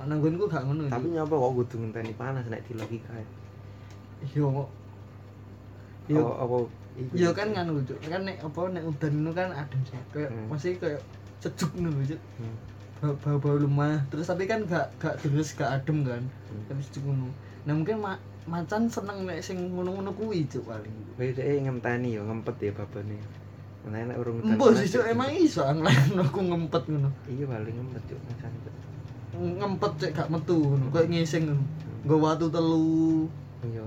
[SPEAKER 3] Nanggonku gak ngono. Cuk.
[SPEAKER 2] tapi nyapa kok kudu ngenteni panas nek di logika ya?
[SPEAKER 3] iya kok. Iya.
[SPEAKER 2] apa apa iku?
[SPEAKER 3] Iya kan nganu Cuk. Kan nek apa nek udan ngono kan adem sih. Kayak
[SPEAKER 2] Hmm.
[SPEAKER 3] masih kayak sejuk ngono Cuk.
[SPEAKER 2] Hmm.
[SPEAKER 3] Bau- bau-bau lemah terus tapi kan gak gak deres gak adem kan
[SPEAKER 2] Hmm.
[SPEAKER 3] tapi sejuk ngono nah mungkin ma- macan seneng nek sing ngono-ngono kuwi cuk paling
[SPEAKER 2] Wis dhek ngenteni ya ngempet ya babane. Ngenteni nek urung udan.
[SPEAKER 3] Mbok
[SPEAKER 2] panas,
[SPEAKER 3] sih cuk
[SPEAKER 2] ya.
[SPEAKER 3] emang iso ngelakno aku ngempet ngono.
[SPEAKER 2] Iya paling ngempet cuk macan cuk.
[SPEAKER 3] Ngempet cek gak metu ngono, koyo ngising ngono. Nggo watu telu,
[SPEAKER 2] Iya.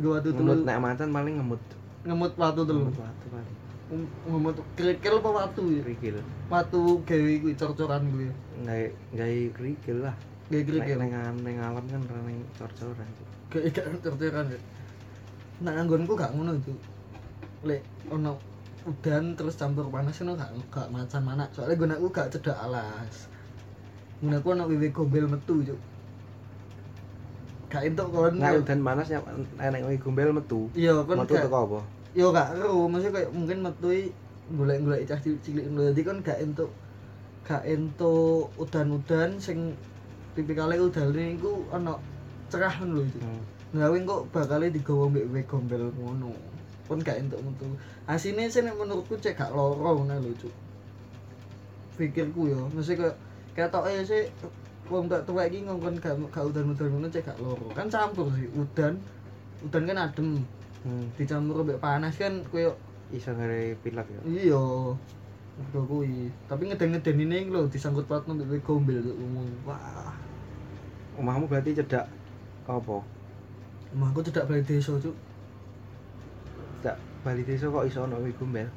[SPEAKER 3] nggo watu telu,
[SPEAKER 2] Ngemut nek macan paling ngemut. Cuk.
[SPEAKER 3] ngemut watu telu.
[SPEAKER 2] Ngemut watu paling.
[SPEAKER 3] Ng- Ngemut kerikil apa watu ya?
[SPEAKER 2] Krikil.
[SPEAKER 3] Watu gawe kuwi cor-coran kuwi.
[SPEAKER 2] Gawe gawe krikil lah.
[SPEAKER 3] Gawe
[SPEAKER 2] Nek
[SPEAKER 3] kerikil.
[SPEAKER 2] ning ning alam kan ora ning cor-coran cuk.
[SPEAKER 3] Gawe gak cor-coran ya. Nah anggonku gak ngono cuk. Lek ono udan terus campur panas ngono gak gak macan mana. Soalnya gunaku gak cedak alas. Gunaku ono wiwi gombel metu cuk. Gak entuk kon.
[SPEAKER 2] Nek udan panas nyapa nek kowe gombel metu.
[SPEAKER 3] Iya, kan
[SPEAKER 2] Metu
[SPEAKER 3] gak,
[SPEAKER 2] teko apa?
[SPEAKER 3] yo gak ero, maksudnya kayak mungkin metui golek-golek cah cilik cilik ngono. Dadi kan gak entuk gak entuk udan-udan sing tipikalnya udane iku ana cerah ngono lho.
[SPEAKER 2] Hmm.
[SPEAKER 3] Nah, wing kok bakale digawa mbek we gombel ngono. Pun gak entuk metu. Asine sih nek menurutku cek gak loro ngono lho, Cuk. Pikirku yo, maksudnya kayak ketoke sih wong tak tuwek iki ngongkon gak gak udan-udan ngono cek gak loro. Kan campur sih udan. Udan kan adem,
[SPEAKER 2] Hmm.
[SPEAKER 3] dicampur mbek panas kan koyo
[SPEAKER 2] Iso ngare pilek ya.
[SPEAKER 3] iya Udah kuwi. Tapi ngeden-ngeden ini lho disangkut pautno mbek gombel tuh ngomong. Wah,
[SPEAKER 2] omahmu berarti cedak apa
[SPEAKER 3] omahku cedak balik desa, Cuk.
[SPEAKER 2] cedak Bali desa kok iso ono kuwi gombel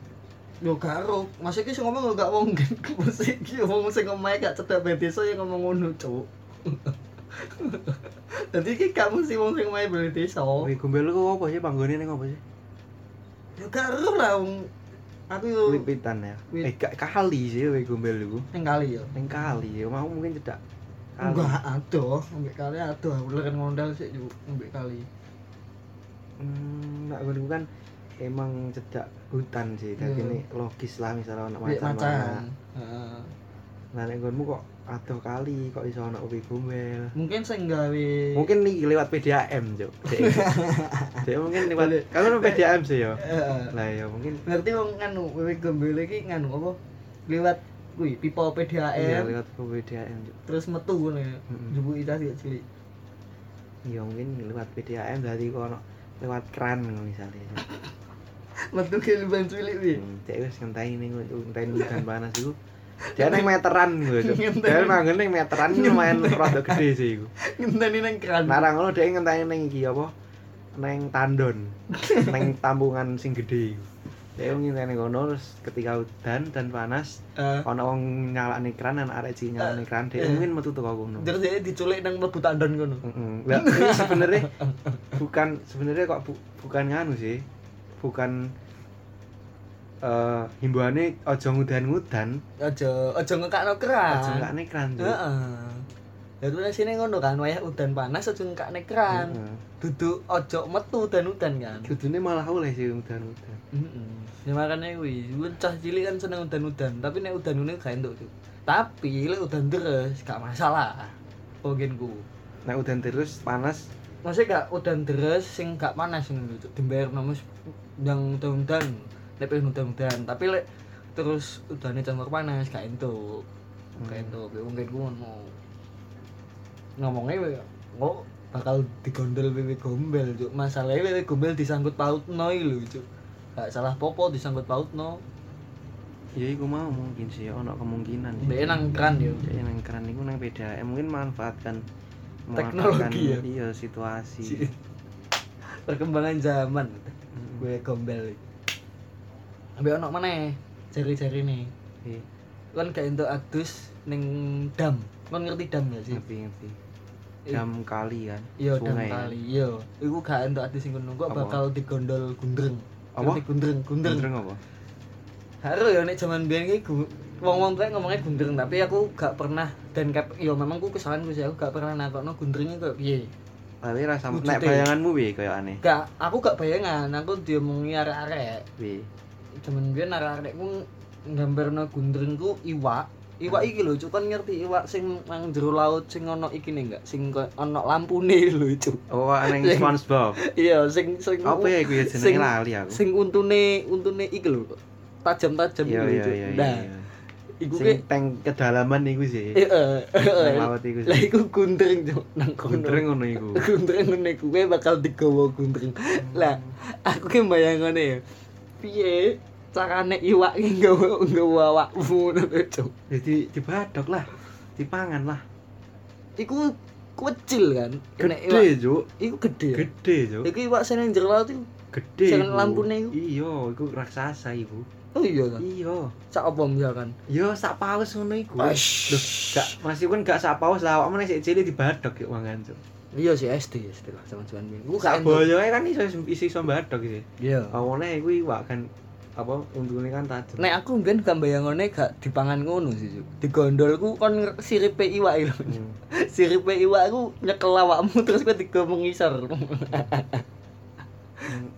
[SPEAKER 3] Yo karo, masih ki sing ngomong gak wong gen mesti ki wong sing omahe gak cedak balik desa yang ngomong ngono, Cuk. Jadi ki kamu sih wong sing omahe balik desa.
[SPEAKER 2] kuwi gombel ku apa sih panggone ning apa sih
[SPEAKER 3] Yo karo lah wong aku yo
[SPEAKER 2] lipitan ya
[SPEAKER 3] Wit-
[SPEAKER 2] eh gak kali sih kuwi gombel iku
[SPEAKER 3] ning kali yo.
[SPEAKER 2] ning kali omahmu mungkin cedak kali
[SPEAKER 3] Enggak adoh, ambek kali adoh aku leren ngondal sik yo ambek kali.
[SPEAKER 2] Hmm, nak ngono kan emang cedak hutan sih. Dadi
[SPEAKER 3] Iya.
[SPEAKER 2] ini logis lah misalnya anak
[SPEAKER 3] Ambek
[SPEAKER 2] macan.
[SPEAKER 3] macan.
[SPEAKER 2] macan.
[SPEAKER 3] Heeh.
[SPEAKER 2] Nah, nek nggonmu kok adoh kali kok iso ana kowe gombel.
[SPEAKER 3] Mungkin sing gawe
[SPEAKER 2] Mungkin nih lewat PDAM, Cuk. Dek. Dek mungkin lewat kalau no PDAM sih ya.
[SPEAKER 3] Heeh.
[SPEAKER 2] Lah ya mungkin
[SPEAKER 3] berarti wong nganu wewe gombel iki nganu apa liwat kuwi pipa
[SPEAKER 2] iya
[SPEAKER 3] PDAM
[SPEAKER 2] lewat ke PDAM, Cuk.
[SPEAKER 3] terus metu ngono ya
[SPEAKER 2] Mm-mm.
[SPEAKER 3] jubuki tas ya cilik
[SPEAKER 2] Ya mungkin lewat PDAM dadi kok ono lewat keran ngono misalnya. Cuk.
[SPEAKER 3] metu kelban cilik kuwi
[SPEAKER 2] Hmm, Dek wis ngenteni ning ngenteni hujan panas iku. Dia neng meteran gue, Cuk. Dia manggon neng meteran lumayan rada gede sih iku.
[SPEAKER 3] ngenteni nang keran
[SPEAKER 2] Narang ngono dhek ngenteni ning iki apa? Neng tandon. Neng tampungan sing gedhe iku. Dhek ngenteni ngono terus ketika udan dan panas
[SPEAKER 3] Eh,
[SPEAKER 2] ana wong nyalakne kran ana arek cilik nyalakne kran dhek
[SPEAKER 3] Eh.
[SPEAKER 2] mungkin metu teko kono.
[SPEAKER 3] terus dia diculik nang mlebu tandon ngono
[SPEAKER 2] Heeh. Lah ini sebenarnya bukan sebenarnya kok bu- bukan nganu sih. Bukan eh himbauannya aja ngudan-ngudan,
[SPEAKER 3] aja aja ngekakno keran
[SPEAKER 2] aja ngelakne kran. Cuk.
[SPEAKER 3] heeh Ya terus sini ngono kan, wayah udan panas aja ngekakne keran.
[SPEAKER 2] Heeh.
[SPEAKER 3] Duduk ojo metu udan-udan kan.
[SPEAKER 2] Kudune malah oleh sih ngudan-ngudan.
[SPEAKER 3] Heeh. Ya makane kuwi, gue cah cilik kan seneng udan-udan, tapi nek udan-udan gak entuk, Cuk. Tapi lek udan deres gak masalah. Penginku.
[SPEAKER 2] Nek udan terus panas
[SPEAKER 3] Maksudnya gak udan deres sing gak panas ngono lho, Cuk. Dimbayar nomus ndang udan-udan. Lek pengen udan-udan, tapi lek terus udane campur panas gak entuk.
[SPEAKER 2] Hmm.
[SPEAKER 3] Gak entuk, ya mungkin ngono. Ngomongnya wae, kok bakal digondol wewe gombel, Cuk. Masalahnya wewe gombel disangkut pautno iki lho, Cuk. Gak salah popo disangkut pautno.
[SPEAKER 2] ya iku mau mungkin sih ono kemungkinan sih.
[SPEAKER 3] Mbak nang keran yo.
[SPEAKER 2] jadi nang keren iku nang PDAM mungkin manfaatkan memanfaatkan,
[SPEAKER 3] Teknologi ya?
[SPEAKER 2] iya situasi
[SPEAKER 3] Perkembangan zaman.
[SPEAKER 2] Mm,
[SPEAKER 3] Gue gombel. Ambek ono meneh jari-jari nih.
[SPEAKER 2] iya,
[SPEAKER 3] Kan gak entuk adus ning dam. Kan ngerti dam gak sih?
[SPEAKER 2] ngerti ngerti
[SPEAKER 3] Eh.
[SPEAKER 2] jam kali kan
[SPEAKER 3] Iya, dam
[SPEAKER 2] sungai kan?
[SPEAKER 3] kali. Iya. Iku gak entuk adus sing ngono kok
[SPEAKER 2] Apa?
[SPEAKER 3] bakal digondol gundreng.
[SPEAKER 2] Apa?
[SPEAKER 3] Ngerti Gundreng, gundreng.
[SPEAKER 2] Gendreng apa
[SPEAKER 3] Haru ya nek jaman biyen iki gu- wong-wong tuwek ngomongnya gundreng tapi aku gak pernah dan kep yo memang ku kesalahanku sih aku gak pernah nakokno gundrengnya koyo piye.
[SPEAKER 2] tapi rasa
[SPEAKER 3] Wujudnya.
[SPEAKER 2] nek bayanganmu piye kayak aneh
[SPEAKER 3] Gak, aku gak bayangan, aku diomongi arek-arek.
[SPEAKER 2] piye
[SPEAKER 3] cuman biyen arek-arekku nggambarno gundrengku iwak. Iwak iki lho, Cuk, kan ngerti iwak sing nang jero laut sing ono iki nih enggak, sing koyo ono lampune lho, Cuk.
[SPEAKER 2] oh neng
[SPEAKER 3] Sing-
[SPEAKER 2] SpongeBob
[SPEAKER 3] Iya, sing sing
[SPEAKER 2] apa ya iku ya jenenge
[SPEAKER 3] Sing-
[SPEAKER 2] lali aku
[SPEAKER 3] sing untune untune iki lho, tajam-tajam iki
[SPEAKER 2] iya
[SPEAKER 3] lho,
[SPEAKER 2] iya
[SPEAKER 3] Cuk.
[SPEAKER 2] iya
[SPEAKER 3] Nah,
[SPEAKER 2] iya.
[SPEAKER 3] iku ki
[SPEAKER 2] sing tank kedalaman iku sih
[SPEAKER 3] heeh.
[SPEAKER 2] nang laut iku
[SPEAKER 3] Lah
[SPEAKER 2] sih
[SPEAKER 3] iku gundreng, Cuk, nang kono.
[SPEAKER 2] Gendreng ngono iku
[SPEAKER 3] Gundreng ngene kuwe bakal digawa gundreng. Lah, aku ki bayangane ya. Piye carane iwak ki nggawa nggawa awakmu ngono, lho, Cuk.
[SPEAKER 2] jadi dibadok lah dipangan lah
[SPEAKER 3] iku kecil kan Kena iwak-
[SPEAKER 2] gede cuk
[SPEAKER 3] iku gede ya?
[SPEAKER 2] gede cuk
[SPEAKER 3] iku iwak sing nang jero laut iku
[SPEAKER 2] gede
[SPEAKER 3] Jangan lampune iku.
[SPEAKER 2] iya iku raksasa iku
[SPEAKER 3] oh iya kan
[SPEAKER 2] iya
[SPEAKER 3] sak apa misalkan
[SPEAKER 2] yo sak paus ngono iku
[SPEAKER 3] Wesh.
[SPEAKER 2] Loh, gak masih pun gak sak paus lah awakmu nek sik cilik dibadok yo mangan cuk
[SPEAKER 3] iya sih SD SD lah zaman zaman minggu
[SPEAKER 2] sak boyoe kan iso isi iso badok sih
[SPEAKER 3] iya
[SPEAKER 2] awone iku iwak kan apa untungnya kan tajam
[SPEAKER 3] nek aku mbiyen gak bayangone gak dipangan ngono sih Cuk. digondolku kon nger- siripe iwak lho
[SPEAKER 2] Hmm.
[SPEAKER 3] siripe iwak aku nyekel awakmu terus kowe digo mengisor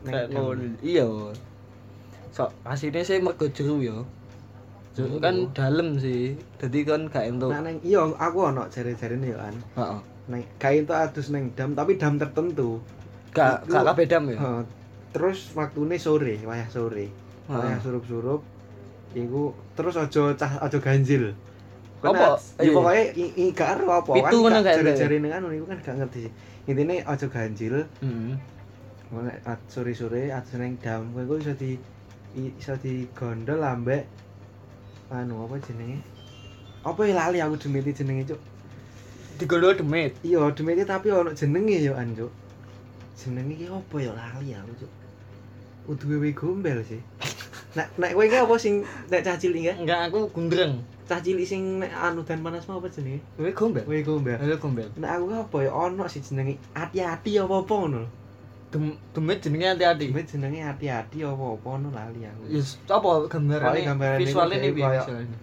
[SPEAKER 2] Nek
[SPEAKER 3] Kayak
[SPEAKER 2] dam.
[SPEAKER 3] ngono iya sok asine sih mergo jero ya Jero
[SPEAKER 2] Iya.
[SPEAKER 3] kan dalem sih jadi kan gak entuk
[SPEAKER 2] Nah, neng iya aku ono jare-jarene yo kan.
[SPEAKER 3] heeh
[SPEAKER 2] Neng kae entuk adus neng dam tapi dam tertentu.
[SPEAKER 3] gak
[SPEAKER 2] Iku-
[SPEAKER 3] gak kabeh dam ya
[SPEAKER 2] Heeh. terus waktune sore, wayah sore.
[SPEAKER 3] Heeh.
[SPEAKER 2] Wayah surup-surup iku terus aja cah aja ganjil.
[SPEAKER 3] Apa?
[SPEAKER 2] Ya
[SPEAKER 3] Iya.
[SPEAKER 2] pokoknya i- i- gak ero apa
[SPEAKER 3] Pitu ngono
[SPEAKER 2] kan
[SPEAKER 3] gak ero ya?
[SPEAKER 2] jari-jari ini kan iku kan gak ngerti. Intine aja ganjil,
[SPEAKER 3] Heeh.
[SPEAKER 2] ngono nek at- sore-sore aja ning dam kowe iku iso di i- iso digondol ambek anu apa jenenge apa ya lali aku demeti jenenge cuk
[SPEAKER 3] digolol demit
[SPEAKER 2] iya demeti tapi ono jenenge yo an cuk jenenge ki apa ya lali aku cuk uduwe gombel sih nek nek kowe ki apa sing nek cah cilik ya
[SPEAKER 3] enggak aku gundreng
[SPEAKER 2] cah cilik sing nek anu dan panas mau apa jenenge
[SPEAKER 3] kowe gombel
[SPEAKER 2] kowe gombel
[SPEAKER 3] halo Iya, gombel
[SPEAKER 2] nek aku ki apa ya ono sih jenenge ati-ati apa-apa ngono lho.
[SPEAKER 3] Dem demit jenenge hati-hati
[SPEAKER 2] Demit jenenge ati-ati apa-apa ono lali aku
[SPEAKER 3] Yes, apa
[SPEAKER 2] Paling gambaran
[SPEAKER 3] gambarane
[SPEAKER 2] ini
[SPEAKER 3] visualnya
[SPEAKER 2] kayak
[SPEAKER 3] nih piye
[SPEAKER 2] kayak-
[SPEAKER 3] visualnya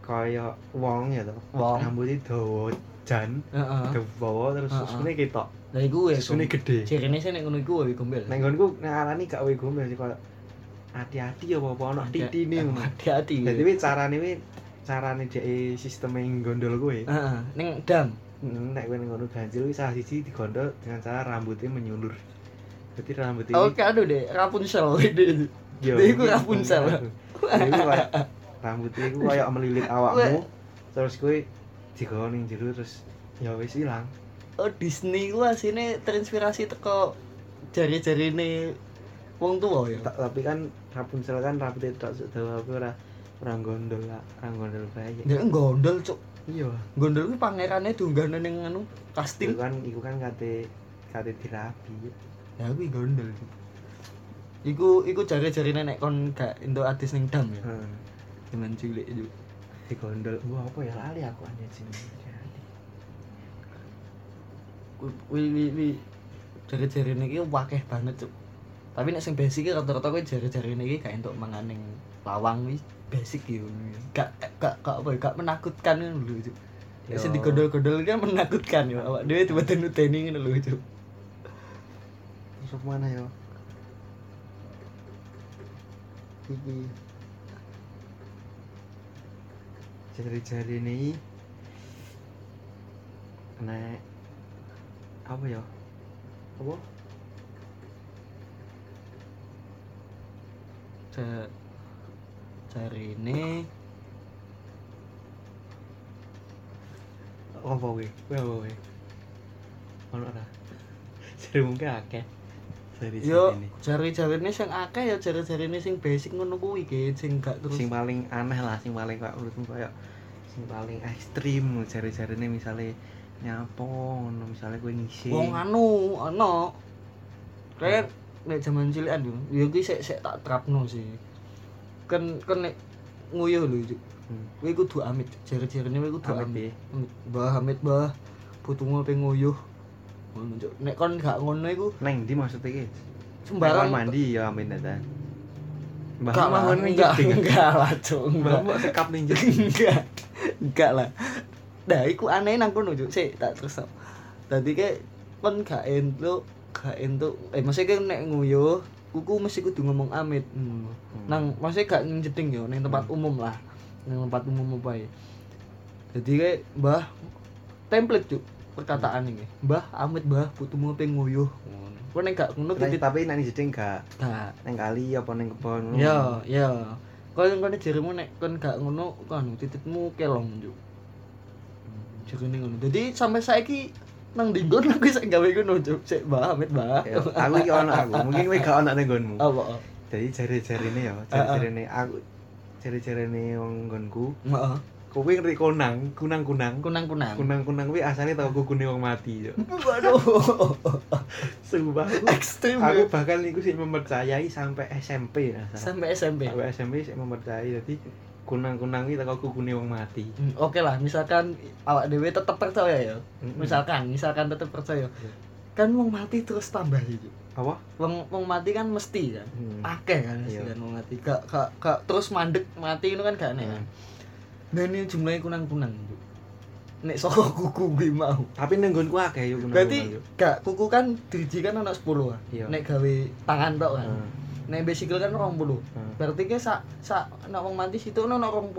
[SPEAKER 2] kaya wong ya to
[SPEAKER 3] Wong.
[SPEAKER 2] rambutnya dawa jan
[SPEAKER 3] heeh
[SPEAKER 2] dawa terus
[SPEAKER 3] Heeh.
[SPEAKER 2] susune ketok
[SPEAKER 3] lha iku ya
[SPEAKER 2] susune gede
[SPEAKER 3] cirene sih nek ngono iku wae gombel
[SPEAKER 2] Nek nggonku nek arani gak kowe gombel sih koyo hati-hati ya apa-apa ono titine ngono.
[SPEAKER 3] hati-hati
[SPEAKER 2] Dadi kuwi carane kuwi carane dhek sisteme gondol kowe.
[SPEAKER 3] heeh ning dam
[SPEAKER 2] Hmm, Nek kowe ngono ganjil kuwi salah siji digondol dengan cara rambutnya menyulur. Jadi rambut ini
[SPEAKER 3] Oke, aduh deh, Rapunzel deh.
[SPEAKER 2] ya,
[SPEAKER 3] Jadi ku
[SPEAKER 2] ini-
[SPEAKER 3] Rapunzel.
[SPEAKER 2] Jadi ku kayak rambutnya ku kayak melilit awakmu terus kowe digawa ning jero terus ya wis ilang.
[SPEAKER 3] Oh, Disney ku asine terinspirasi teko jari-jari ini wong tua ya.
[SPEAKER 2] Ta- Tapi kan Rapunzel kan rambutnya tok sedawa apa ora ora gondol lah, ora gondol bae.
[SPEAKER 3] Ya gondol cuk.
[SPEAKER 2] Iya.
[SPEAKER 3] Gondol ku pangerane dunggane ning anu kastil.
[SPEAKER 2] Iku kan iku kan kate kate dirabi.
[SPEAKER 3] Ya aku gondol. Cuk. Iku iku jari-jari nek kon gak entuk adis ning dam ya.
[SPEAKER 2] Heeh.
[SPEAKER 3] Cuman cilik itu.
[SPEAKER 2] Digondol. Wah, apa ya lali aku ane jenenge.
[SPEAKER 3] Wi wi wi jari-jari niki wakeh banget cuk. Tapi nek sing basic iki rata-rata kuwi jari-jari niki gak entuk mangan ning lawang iki basic yo. Gak gak gak apa ya, gak menakutkan ngono lho cuk. Ya sing digodol-godol kan menakutkan ya awak dhewe tiba-tiba nuteni ngono lho cuk.
[SPEAKER 2] Terus apa mana yo? Iki. Jari-jari ini nek apa ya? Apa?
[SPEAKER 3] Ja- Jarine
[SPEAKER 2] Oh, Apa kowe? Kowe apa kowe? Ono ora? Jari mungkin akeh.
[SPEAKER 3] yo
[SPEAKER 2] Jari-jari ini.
[SPEAKER 3] jari-jarine sing akeh ya jari-jarine sing basic ngono kuwi ge sing gak terus
[SPEAKER 2] sing paling aneh lah sing paling kayak menurutku kayak sing paling ekstrim jari-jari ini misalnya nyapo ngono misalnya gue ngisi
[SPEAKER 3] wong anu ana kan nek jaman cilikan yo yo iki sik sik tak terapno sih kan kan nek nguyuh lho Cuk.
[SPEAKER 2] Hmm.
[SPEAKER 3] kuwi kudu amit jari-jarine kuwi kudu
[SPEAKER 2] Amit,
[SPEAKER 3] amit Amit, Mbah Hamid Mbah putungu pe nguyuh ngono Cuk. nek kon gak ngono iku
[SPEAKER 2] neng di maksudnya iki barang
[SPEAKER 3] sembarang
[SPEAKER 2] mandi ya amin data mbak
[SPEAKER 3] Enggak lah,
[SPEAKER 2] mau
[SPEAKER 3] enggak, enggak lah, Cuk.
[SPEAKER 2] mbak
[SPEAKER 3] Enggak.
[SPEAKER 2] mau sekap nih
[SPEAKER 3] enggak enggak lah nah iku aneh nang kono juk sik tak terus dadi ke kon gak entuk gak entuk eh maksudnya kan nek nguyuh kuku mesti kudu ngomong amit hmm. nang maksudnya gak ning jeding yo ning tempat umum lah ning tempat umum apa ya jadi ke mbah template juk perkataan ini mbah amit mbah putumu pengen nguyuh kok Nah, nek gak ngono titik
[SPEAKER 2] tapi nang jadi enggak
[SPEAKER 3] gak
[SPEAKER 2] neng kali apa neng kebon
[SPEAKER 3] Ya, ya. Kon kon jarimu nek kon gak ngono kan tititmu kelong juk. Jarine ngono. Dadi sampai saiki nang dinggon aku sik gawe ngono juk. Sik Mbak Amit, Mbak.
[SPEAKER 2] Ya, aku iki ono aku mungkin kowe gak ono neng nggonmu
[SPEAKER 3] Apa?
[SPEAKER 2] jadi jari-jari ini
[SPEAKER 3] Ah,
[SPEAKER 2] ya jari-jari ini aku jari-jari ini wong nggonku
[SPEAKER 3] Heeh.
[SPEAKER 2] kowe ngerti kunang kunang kunang
[SPEAKER 3] Kunang-kunang.
[SPEAKER 2] kunang-kunang kuwi asale tau kukune wong mati yo.
[SPEAKER 3] Waduh.
[SPEAKER 2] Sumpah aku,
[SPEAKER 3] Ekstrim.
[SPEAKER 2] aku
[SPEAKER 3] Aku
[SPEAKER 2] bahkan niku sih mempercayai sampai SMP nah. salah.
[SPEAKER 3] sampai SMP.
[SPEAKER 2] Sampai SMP sih mempercayai dadi kunang-kunang iki teko kukune wong mati.
[SPEAKER 3] Hmm, Oke lah, misalkan awak dewe tetep percaya ya.
[SPEAKER 2] Mm-mm.
[SPEAKER 3] Misalkan, misalkan tetep percaya.
[SPEAKER 2] Iya.
[SPEAKER 3] Kan wong mati terus tambah gitu.
[SPEAKER 2] Apa?
[SPEAKER 3] Wong wong mati kan mesti kan.
[SPEAKER 2] Hmm.
[SPEAKER 3] akeh kan
[SPEAKER 2] Iya.
[SPEAKER 3] sekian wong mati gak gak gak terus mandek mati itu kan gak aneh kan nah ini jumlahnya kunang-kunang Bu. nek saka kuku gue mau
[SPEAKER 2] Tapi neng nggonku akeh yo kunang.
[SPEAKER 3] berarti gak kuku kan diriji kan anak 10 kan
[SPEAKER 2] Iya.
[SPEAKER 3] nek gawe tangan tok kan nek basic kan 20
[SPEAKER 2] Hmm.
[SPEAKER 3] berarti ke sak sak nek wong mati situ ono 20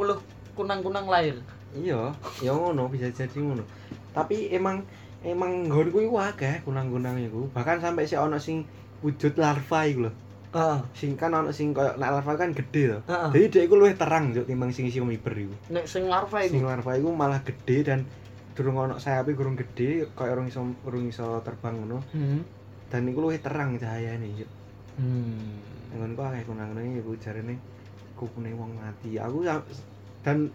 [SPEAKER 3] kunang-kunang lahir
[SPEAKER 2] Iya, ya ngono bisa jadi ngono. Tapi emang emang nggonku iku akeh kunang-kunang iku. Bahkan sampai sih ono sing wujud larva iku lho.
[SPEAKER 3] heeh
[SPEAKER 2] Sing kan ono sing koyo nek larva kan gede lho.
[SPEAKER 3] heeh
[SPEAKER 2] Jadi dia iku luwih terang yo timbang sing isi omiber iku.
[SPEAKER 3] nek sing larva
[SPEAKER 2] sing
[SPEAKER 3] iku
[SPEAKER 2] larva iku malah gede dan durung ono sayape durung gede kaya urung iso urung iso terbang ngono
[SPEAKER 3] hmm.
[SPEAKER 2] dan iku luwih terang cahayane
[SPEAKER 3] hmm.
[SPEAKER 2] ngono kok akeh kunang-kunange iku jarene kukune wong mati aku sa- dan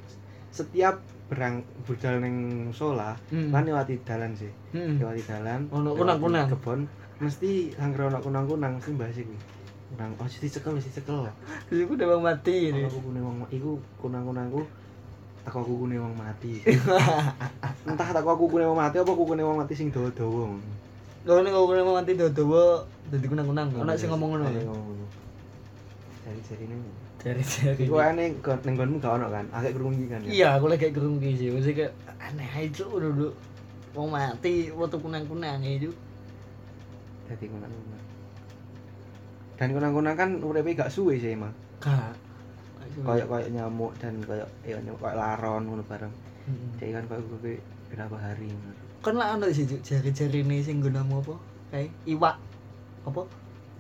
[SPEAKER 2] setiap berang budal neng musola
[SPEAKER 3] Hmm.
[SPEAKER 2] kan lewati dalan sih
[SPEAKER 3] Hmm.
[SPEAKER 2] lewati dalan
[SPEAKER 3] Ono
[SPEAKER 2] lewati
[SPEAKER 3] kunang-kunang.
[SPEAKER 2] kebon mesti angker ono kunang kunang mesti mbak sih kunang oh jadi cekel mesti cekel
[SPEAKER 3] Iku udah bang mati ini.
[SPEAKER 2] kalau kuku wong iku kunang kunangku teko kuku wong mati entah teko kuku wong mati apa kuku wong mati sing dawa dawa
[SPEAKER 3] Lo nih kalau mau mati dodo dadi kunang-kunang. Ono sing Hmm. ngomong
[SPEAKER 2] Iya,
[SPEAKER 3] ngono.
[SPEAKER 2] jadi jadi ini
[SPEAKER 3] Jari-jari.
[SPEAKER 2] Iku aneh gon- neng gonmu gak ono kan? Agak kerungi kan ya.
[SPEAKER 3] Iya, aku lagi kayak gerung sih. Mesti kayak aneh aja itu dulu. Mau mati, waktu kunang-kunang itu.
[SPEAKER 2] Dadi kunang-kunang. Dan kunang-kunang kan uripe gak suwe sih emang.
[SPEAKER 3] Gak. Hmm.
[SPEAKER 2] Kayak-kayak nyamuk dan kayak ya nyamuk kayak laron ngono bareng.
[SPEAKER 3] Mm-mm.
[SPEAKER 2] Jadi kan kayak gue berapa hari ngono.
[SPEAKER 3] kan lah ono sih Cuk, jari-jari ini sing gunamu apa kayak iwak apa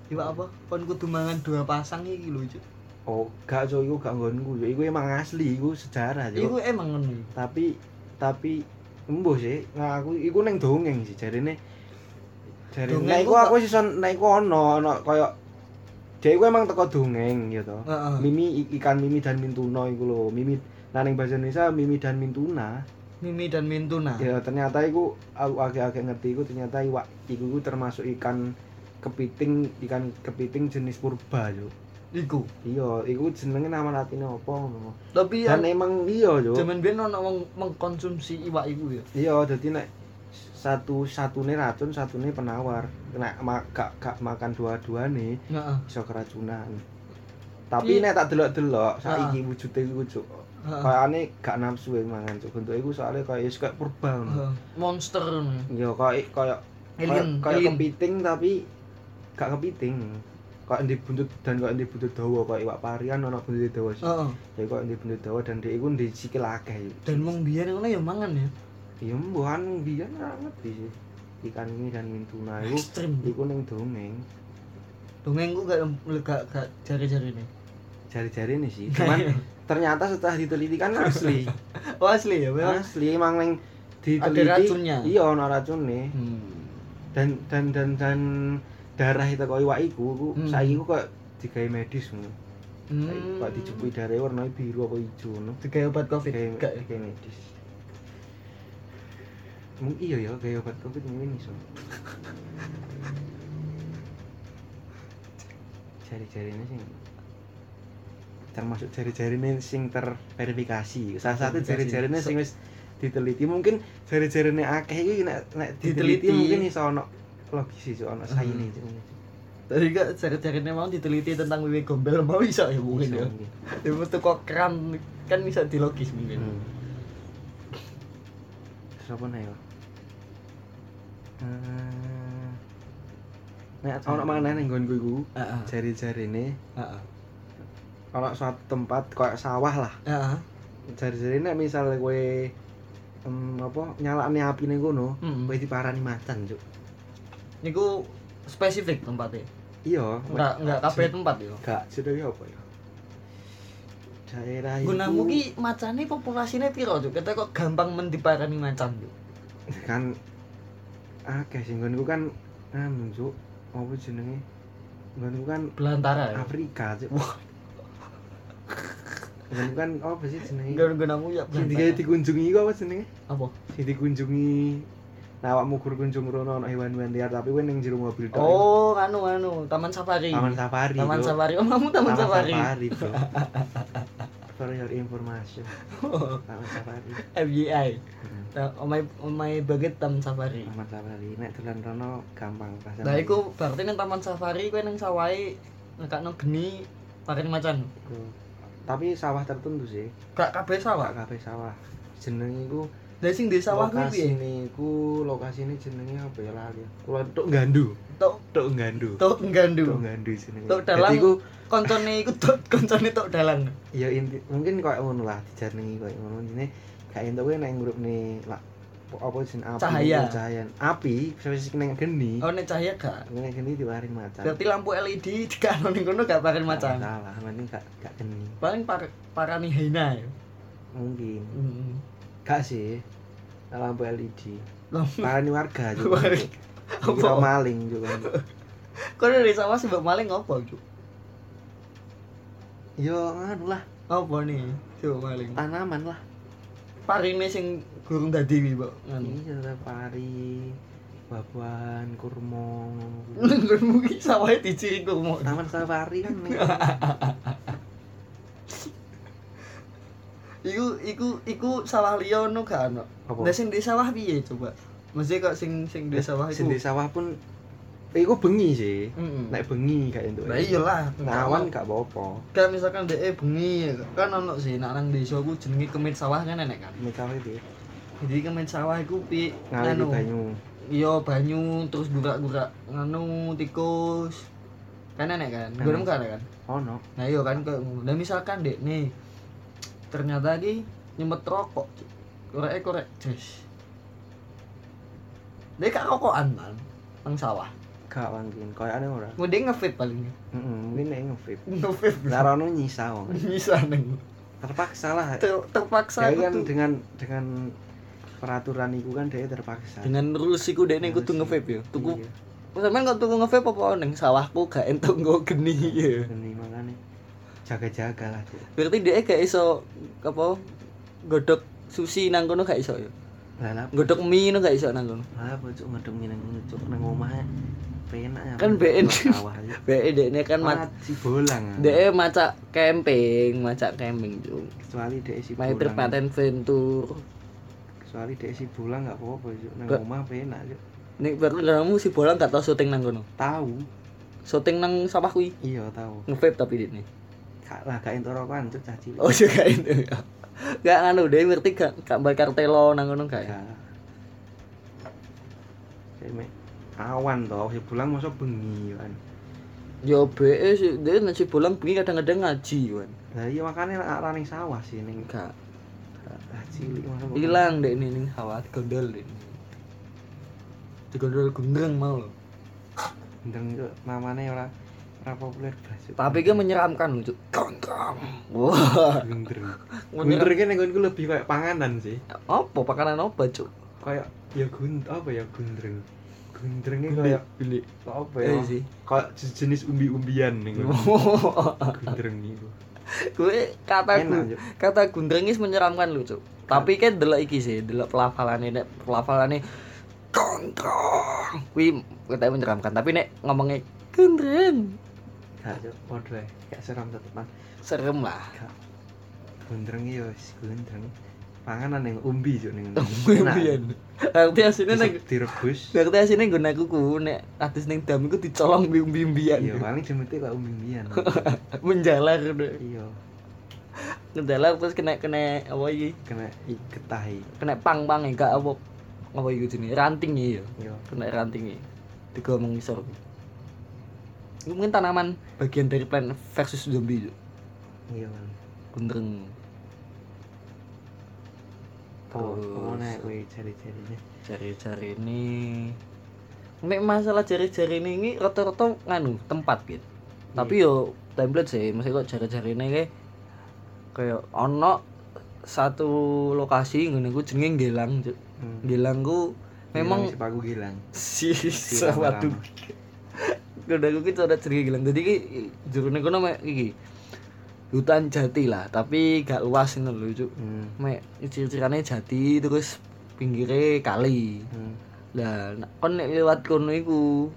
[SPEAKER 3] iwak apa kon kudu mangan dua pasang iki lho Cuk.
[SPEAKER 2] Oh, gak cuy, iku gak nggonku. Ya iku emang asli, iku sejarah
[SPEAKER 3] iku
[SPEAKER 2] yo.
[SPEAKER 3] emang ngono
[SPEAKER 2] Tapi tapi embuh sih. Nah, aku iku neng dongeng sih jarine. Jarine.
[SPEAKER 3] Dongeng
[SPEAKER 2] Nah, iku
[SPEAKER 3] ku
[SPEAKER 2] aku sison nah iku ono ono kayak dia iku emang teko dongeng gitu.
[SPEAKER 3] heeh
[SPEAKER 2] Mimi i- ikan mimi dan mintuna iku lho. Mimi nah ning bahasa Indonesia mimi dan mintuna.
[SPEAKER 3] mimi dan nah. mintuna
[SPEAKER 2] Ya ternyata iku aku agak-agak ngerti iku ternyata iwak iku iku termasuk ikan kepiting ikan kepiting jenis purba yo.
[SPEAKER 3] iku
[SPEAKER 2] Iya, iku jenenge nama latine apa ngono.
[SPEAKER 3] tapi
[SPEAKER 2] Dan
[SPEAKER 3] yang
[SPEAKER 2] emang iya yo.
[SPEAKER 3] jaman biyen ono wong mengkonsumsi iwak iku ya
[SPEAKER 2] Iya, dadi nek satu satune racun, satune penawar. Nek ma gak, gak makan dua-duane
[SPEAKER 3] heeh
[SPEAKER 2] iso keracunan. Tapi nek
[SPEAKER 3] Iya. Ah.
[SPEAKER 2] tak delok-delok saiki wujude iku cuk
[SPEAKER 3] heeh
[SPEAKER 2] kayaknya gak nafsu ya mangan cuk bentuknya gue soalnya kayak kayak purba ngono.
[SPEAKER 3] heeh. monster ngono.
[SPEAKER 2] ya kayak kayak kayak
[SPEAKER 3] Ah. alien
[SPEAKER 2] kayak
[SPEAKER 3] alien
[SPEAKER 2] kepiting tapi gak kepiting kayak di buntut dan kayak di buntut dawa kayak iwak parian ono buntut dawa sih
[SPEAKER 3] heeh
[SPEAKER 2] jadi kayak di buntut dawa dan dia itu di sikil akeh
[SPEAKER 3] dan wong biyen ngono ya mangan ya
[SPEAKER 2] iya mbuhan biyen ora ngerti sih ikan ini dan mintuna itu Nah,
[SPEAKER 3] ekstrim
[SPEAKER 2] iku ning dongeng
[SPEAKER 3] dongeng ku gak gak gak jari-jari ini
[SPEAKER 2] jari-jari ini sih cuman ternyata setelah diteliti kan asli
[SPEAKER 3] oh asli ya memang
[SPEAKER 2] asli emang neng
[SPEAKER 3] ada
[SPEAKER 2] diteliti
[SPEAKER 3] racunnya
[SPEAKER 2] iya ono racune
[SPEAKER 3] Hmm.
[SPEAKER 2] dan dan dan dan darah itu kok iwak iku ku
[SPEAKER 3] Hmm.
[SPEAKER 2] saiki ku kok digawe medis ngono. Saiki
[SPEAKER 3] Hmm.
[SPEAKER 2] kok dijupui darahnya warnanya biru apa ijo ngono.
[SPEAKER 3] Tiga obat covid.
[SPEAKER 2] Digawe
[SPEAKER 3] Gak.
[SPEAKER 2] digawe medis. Mungkin iya ya gawe obat Covid mungkin iso. Jari-jarine sing termasuk jari-jarine sing terverifikasi. Salah satu
[SPEAKER 3] Terverifikasi.
[SPEAKER 2] jari-jarine sing wis diteliti mungkin jari-jarine akeh iki nek nek
[SPEAKER 3] Diteliti.
[SPEAKER 2] diteliti Hmm. mungkin iso ono logis iso ono saine iso mungkin.
[SPEAKER 3] Tadi gak cari-carinya mau diteliti tentang wiwi gombel mau bisa ya mungkin ya. Ya mesti kok kram kan bisa dilogis mungkin.
[SPEAKER 2] Hmm. Terus apa nih ya? Eh, Nek ana maneh ning nggonku iku,
[SPEAKER 3] Heeh.
[SPEAKER 2] jari-jarine
[SPEAKER 3] Heeh.
[SPEAKER 2] ana suatu tempat kayak sawah lah.
[SPEAKER 3] Heeh.
[SPEAKER 2] Jari-jarine nek misal kowe em, apa nyalakne apine kono,
[SPEAKER 3] Hmm.
[SPEAKER 2] kowe diparani macan, Cuk.
[SPEAKER 3] Niku spesifik tempatnya.
[SPEAKER 2] Iya,
[SPEAKER 3] Enggak enggak kabeh tempat ya.
[SPEAKER 2] gak jenenge apa ya? Daerah iku
[SPEAKER 3] Gunamu ki macane populasinya piro Cuk? Kita kok gampang mendiparani macan Cuk.
[SPEAKER 2] kan akeh sing nggonku kan anu, Cuk. Apa jenenge? Nggonku kan
[SPEAKER 3] Belantara ya.
[SPEAKER 2] Afrika cuk. Wah. Kan kan apa sih jenenge?
[SPEAKER 3] Gun gunamu ya
[SPEAKER 2] Sing digawe
[SPEAKER 3] belantara.
[SPEAKER 2] dikunjungi iku apa jenenge?
[SPEAKER 3] Apa?
[SPEAKER 2] Sing dikunjungi Nah, awakmu gur kunjung rono ana hewan-hewan liar tapi kowe ning jero mobil tok.
[SPEAKER 3] Oh, anu anu, taman safari.
[SPEAKER 2] Taman safari.
[SPEAKER 3] Taman
[SPEAKER 2] Cuk.
[SPEAKER 3] safari. Oh, kamu taman
[SPEAKER 2] Taman
[SPEAKER 3] safari.
[SPEAKER 2] Bro. For your information. Taman safari.
[SPEAKER 3] FBI. Ta- On my on my budget taman safari.
[SPEAKER 2] Taman safari. Nek dolan rono gampang pas.
[SPEAKER 3] Nah, iku berarti nang taman safari kowe nang sawahe nekakno geni paring macan.
[SPEAKER 2] Iku. Tapi sawah tertentu sih,
[SPEAKER 3] Gak kabeh sawah.
[SPEAKER 2] gak kabeh sawah. Jenenge iku
[SPEAKER 3] Lah sing di sawah kuwi
[SPEAKER 2] lokasi
[SPEAKER 3] piye?
[SPEAKER 2] niku lokasi ini jenenge apa ya lali ya. Kulo tok gandu
[SPEAKER 3] Tok
[SPEAKER 2] tok gandu
[SPEAKER 3] tok
[SPEAKER 2] tok
[SPEAKER 3] nggandu.
[SPEAKER 2] gandu jenenge
[SPEAKER 3] Hmm. Tok dalang.
[SPEAKER 2] dalang iku
[SPEAKER 3] Koncone iku tok koncone tok dalan.
[SPEAKER 2] ya inti mungkin koyo ngono lah dijenengi koyo ngono ini gak entuk kowe nek grup nih lah apa jen api
[SPEAKER 3] Cahaya.
[SPEAKER 2] niku, cahaya api sing ning geni
[SPEAKER 3] Oh nek cahya gak.
[SPEAKER 2] ning geni diwaring macan
[SPEAKER 3] Berarti lampu E LED dikano ning kono gak paring
[SPEAKER 2] Gak
[SPEAKER 3] macan.
[SPEAKER 2] salah mending gak gak geni
[SPEAKER 3] Paling par parani hyena ya. Hmm.
[SPEAKER 2] mungkin
[SPEAKER 3] Heeh.
[SPEAKER 2] gak sih lampu LED
[SPEAKER 3] Lampu-
[SPEAKER 2] parani warga juga
[SPEAKER 3] Parani-
[SPEAKER 2] Dikira
[SPEAKER 3] Apa?
[SPEAKER 2] maling juga
[SPEAKER 3] Kono di sawah sebab maling opo, Cuk?
[SPEAKER 2] yo anu lah
[SPEAKER 3] Apa nih? Coba paling.
[SPEAKER 2] tanaman lah
[SPEAKER 3] Parine sing gurung dadi wi, Mbok. Ngono.
[SPEAKER 2] iya ada pari babuan kurma ngono kuwi.
[SPEAKER 3] Lenggermu ki sawahe diciri kurma.
[SPEAKER 2] taman safari kan nih
[SPEAKER 3] Iku iku iku sawah liya ono gak ono?
[SPEAKER 2] Apa?
[SPEAKER 3] Lah sing di sawah piye coba? Mesti kok sing sing di sawah iku.
[SPEAKER 2] Sindi sawah pun eh, iku bengi sih
[SPEAKER 3] Heeh.
[SPEAKER 2] nek bengi kayak itu
[SPEAKER 3] Lah iyalah,
[SPEAKER 2] awan gak apa-apa
[SPEAKER 3] kan misalkan dhek bengi kan ono sih nak nang desa ku jenenge kemit sawah kan enek kan.
[SPEAKER 2] mecawe iki
[SPEAKER 3] Jadi kemit sawah iku pi
[SPEAKER 2] ngalir
[SPEAKER 3] nganu.
[SPEAKER 2] banyu
[SPEAKER 3] Iya banyu terus gurak-gurak nganu tikus. Kan enek kan?
[SPEAKER 2] Enek.
[SPEAKER 3] Gurung kan kan?
[SPEAKER 2] ono
[SPEAKER 3] Nah iya kan kayak ngono. Nah misalkan dek nih ternyata ki nyemet rokok. Korek korek jas. Dia kak rokokan man nang sawah.
[SPEAKER 2] gak mungkin koyo ane ora
[SPEAKER 3] Mending ngefit paling. ya?
[SPEAKER 2] heeh mungkin nek ngevip
[SPEAKER 3] Ngefit.
[SPEAKER 2] narono nyisa wong
[SPEAKER 3] Bisa neng.
[SPEAKER 2] terpaksa lah
[SPEAKER 3] Ter- terpaksa
[SPEAKER 2] dia
[SPEAKER 3] aku
[SPEAKER 2] kan
[SPEAKER 3] tuh.
[SPEAKER 2] dengan dengan peraturan itu kan dia terpaksa
[SPEAKER 3] Dengan rules iku dek nih kudu
[SPEAKER 2] Rules.
[SPEAKER 3] ngevape ya. Tuku
[SPEAKER 2] Iya,
[SPEAKER 3] sampean kok tuku ngevape apa neng sawahku gak entuk nggo geni ya.
[SPEAKER 2] geni makanya jaga-jaga lah Cuk.
[SPEAKER 3] Berarti dia gak iso apa godok sushi nang kono gak iso ya.
[SPEAKER 2] lah lah
[SPEAKER 3] Godok mie no gak iso nang kono.
[SPEAKER 2] lah apa cuk ngedungi nang ngono cuk nang omah eh. penak ya
[SPEAKER 3] Kan BN.
[SPEAKER 2] sawah iya. aja
[SPEAKER 3] Bae dekne kan mat
[SPEAKER 2] Malah cibolang ah.
[SPEAKER 3] Dek macak camping, macak camping cung.
[SPEAKER 2] kecuali dek si
[SPEAKER 3] Main trip
[SPEAKER 2] bulang
[SPEAKER 3] paten ventur.
[SPEAKER 2] kecuali dek si bulang nggak apa-apa cuk nang
[SPEAKER 3] Nggak.
[SPEAKER 2] omah penak cuk
[SPEAKER 3] Nek baru kamu si bola gak tau syuting nang kono.
[SPEAKER 2] tahu
[SPEAKER 3] Syuting nang sawah kuwi.
[SPEAKER 2] iya tahu
[SPEAKER 3] Ngevape tapi dit nih.
[SPEAKER 2] gak lah gak entuk rokokan cuk cah cilik
[SPEAKER 3] Oh juga itu. Gak anu deh ngerti gak gak bakar telo nang kono gak ya.
[SPEAKER 2] ya Dek, mek awan toh si bulang masuk bengi yo, kan
[SPEAKER 3] Yo be Ya, sih deh nasi bolang bengi kadang-kadang ngaji kan.
[SPEAKER 2] lah iya makanya lah arah ning sawah sih ning
[SPEAKER 3] Gak
[SPEAKER 2] cah cilik masuk
[SPEAKER 3] hilang deh nih ning hawa gondol deh. Gondol gendreng mau. loh.
[SPEAKER 2] ndeng cuk namane ora ora populer blas cuk
[SPEAKER 3] Tapi kan menyeramkan lucu. Gondrong. Wah.
[SPEAKER 2] gendreng
[SPEAKER 3] Menyeram-
[SPEAKER 2] gendreng ki ning kono lebih kayak panganan sih
[SPEAKER 3] Apa makanan apa cuk?
[SPEAKER 2] kayak ya gund apa ya gundreng gundrengnya kayak
[SPEAKER 3] bilik.
[SPEAKER 2] apa ya
[SPEAKER 3] Eh sih.
[SPEAKER 2] kayak jenis umbi-umbian nih gundreng itu
[SPEAKER 3] gue kata gu,
[SPEAKER 2] enak Cuk.
[SPEAKER 3] kata gundrengis menyeramkan lu cuk tapi kan delok iki sih delok pelafalannya nek pelafalannya gondrong kuwi katanya menyeramkan tapi nek ngomongnya gundreng
[SPEAKER 2] gak cuk podre gak seram tetepan
[SPEAKER 3] serem lah
[SPEAKER 2] gundreng ya wis gundreng panganan yang umbi cuk ning
[SPEAKER 3] Kemudian, berarti
[SPEAKER 2] ini
[SPEAKER 3] aslinya neng
[SPEAKER 2] direbus
[SPEAKER 3] berarti aslinya gue kuku nek atas neng dam itu dicolong bimbi-bimbian
[SPEAKER 2] iya paling jemete kayak umbi-umbian
[SPEAKER 3] menjalar udah
[SPEAKER 2] iya
[SPEAKER 3] menjalar terus kena kena apa iki
[SPEAKER 2] kena i- getahi
[SPEAKER 3] kena pang pang enggak apa apa iki jenis ranting ya
[SPEAKER 2] iya
[SPEAKER 3] kena rantingnya tiga omong ngisor itu mungkin tanaman bagian dari plant versus zombie itu
[SPEAKER 2] iya kan
[SPEAKER 3] gendreng
[SPEAKER 2] oh
[SPEAKER 3] Terus.
[SPEAKER 2] kemana gue cari-carinya
[SPEAKER 3] jari-jari ini Nek masalah jari-jari ini, ini rata-rata nganu tempat gitu
[SPEAKER 2] Iya.
[SPEAKER 3] tapi yo template sih maksudnya kok jari-jari ini kayak kayak ono satu lokasi ngene ku jenenge Gelang Cuk.
[SPEAKER 2] Hmm.
[SPEAKER 3] Gelang ku ya, memang
[SPEAKER 2] sepaku gilang Iya,
[SPEAKER 3] si
[SPEAKER 2] Si
[SPEAKER 3] waduh
[SPEAKER 2] rama-rama.
[SPEAKER 3] udah gue kita udah cerita gilang jadi ki jurune kono mek iki hutan jati lah tapi gak luas ini lho cuk
[SPEAKER 2] Hmm.
[SPEAKER 3] mek ciri-cirane jati terus pinggirnya kali
[SPEAKER 2] Hmm.
[SPEAKER 3] lah nek- kon nek lewat kono iku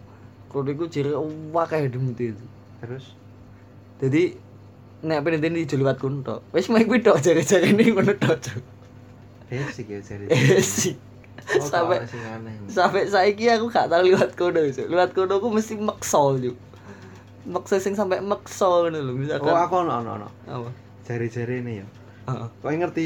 [SPEAKER 3] kono iku jere akeh demuti itu
[SPEAKER 2] terus
[SPEAKER 3] jadi nek penelitian di lewat kono tok wis mek kuwi tok jare-jare ini kono tok cuk
[SPEAKER 2] basic ya cari
[SPEAKER 3] Eh, sih
[SPEAKER 2] Oh,
[SPEAKER 3] sampai-
[SPEAKER 2] sampai sing aneh
[SPEAKER 3] sampai saiki aku gak tau liwat kono Cuk. liwat kono aku mesti mekso Cuk. mekso sing sampai mekso ngono lho misalkan
[SPEAKER 2] Oh aku ono ono ono.
[SPEAKER 3] apa
[SPEAKER 2] Jari-jari ini ya.
[SPEAKER 3] kan. Heeh.
[SPEAKER 2] Kowe ngerti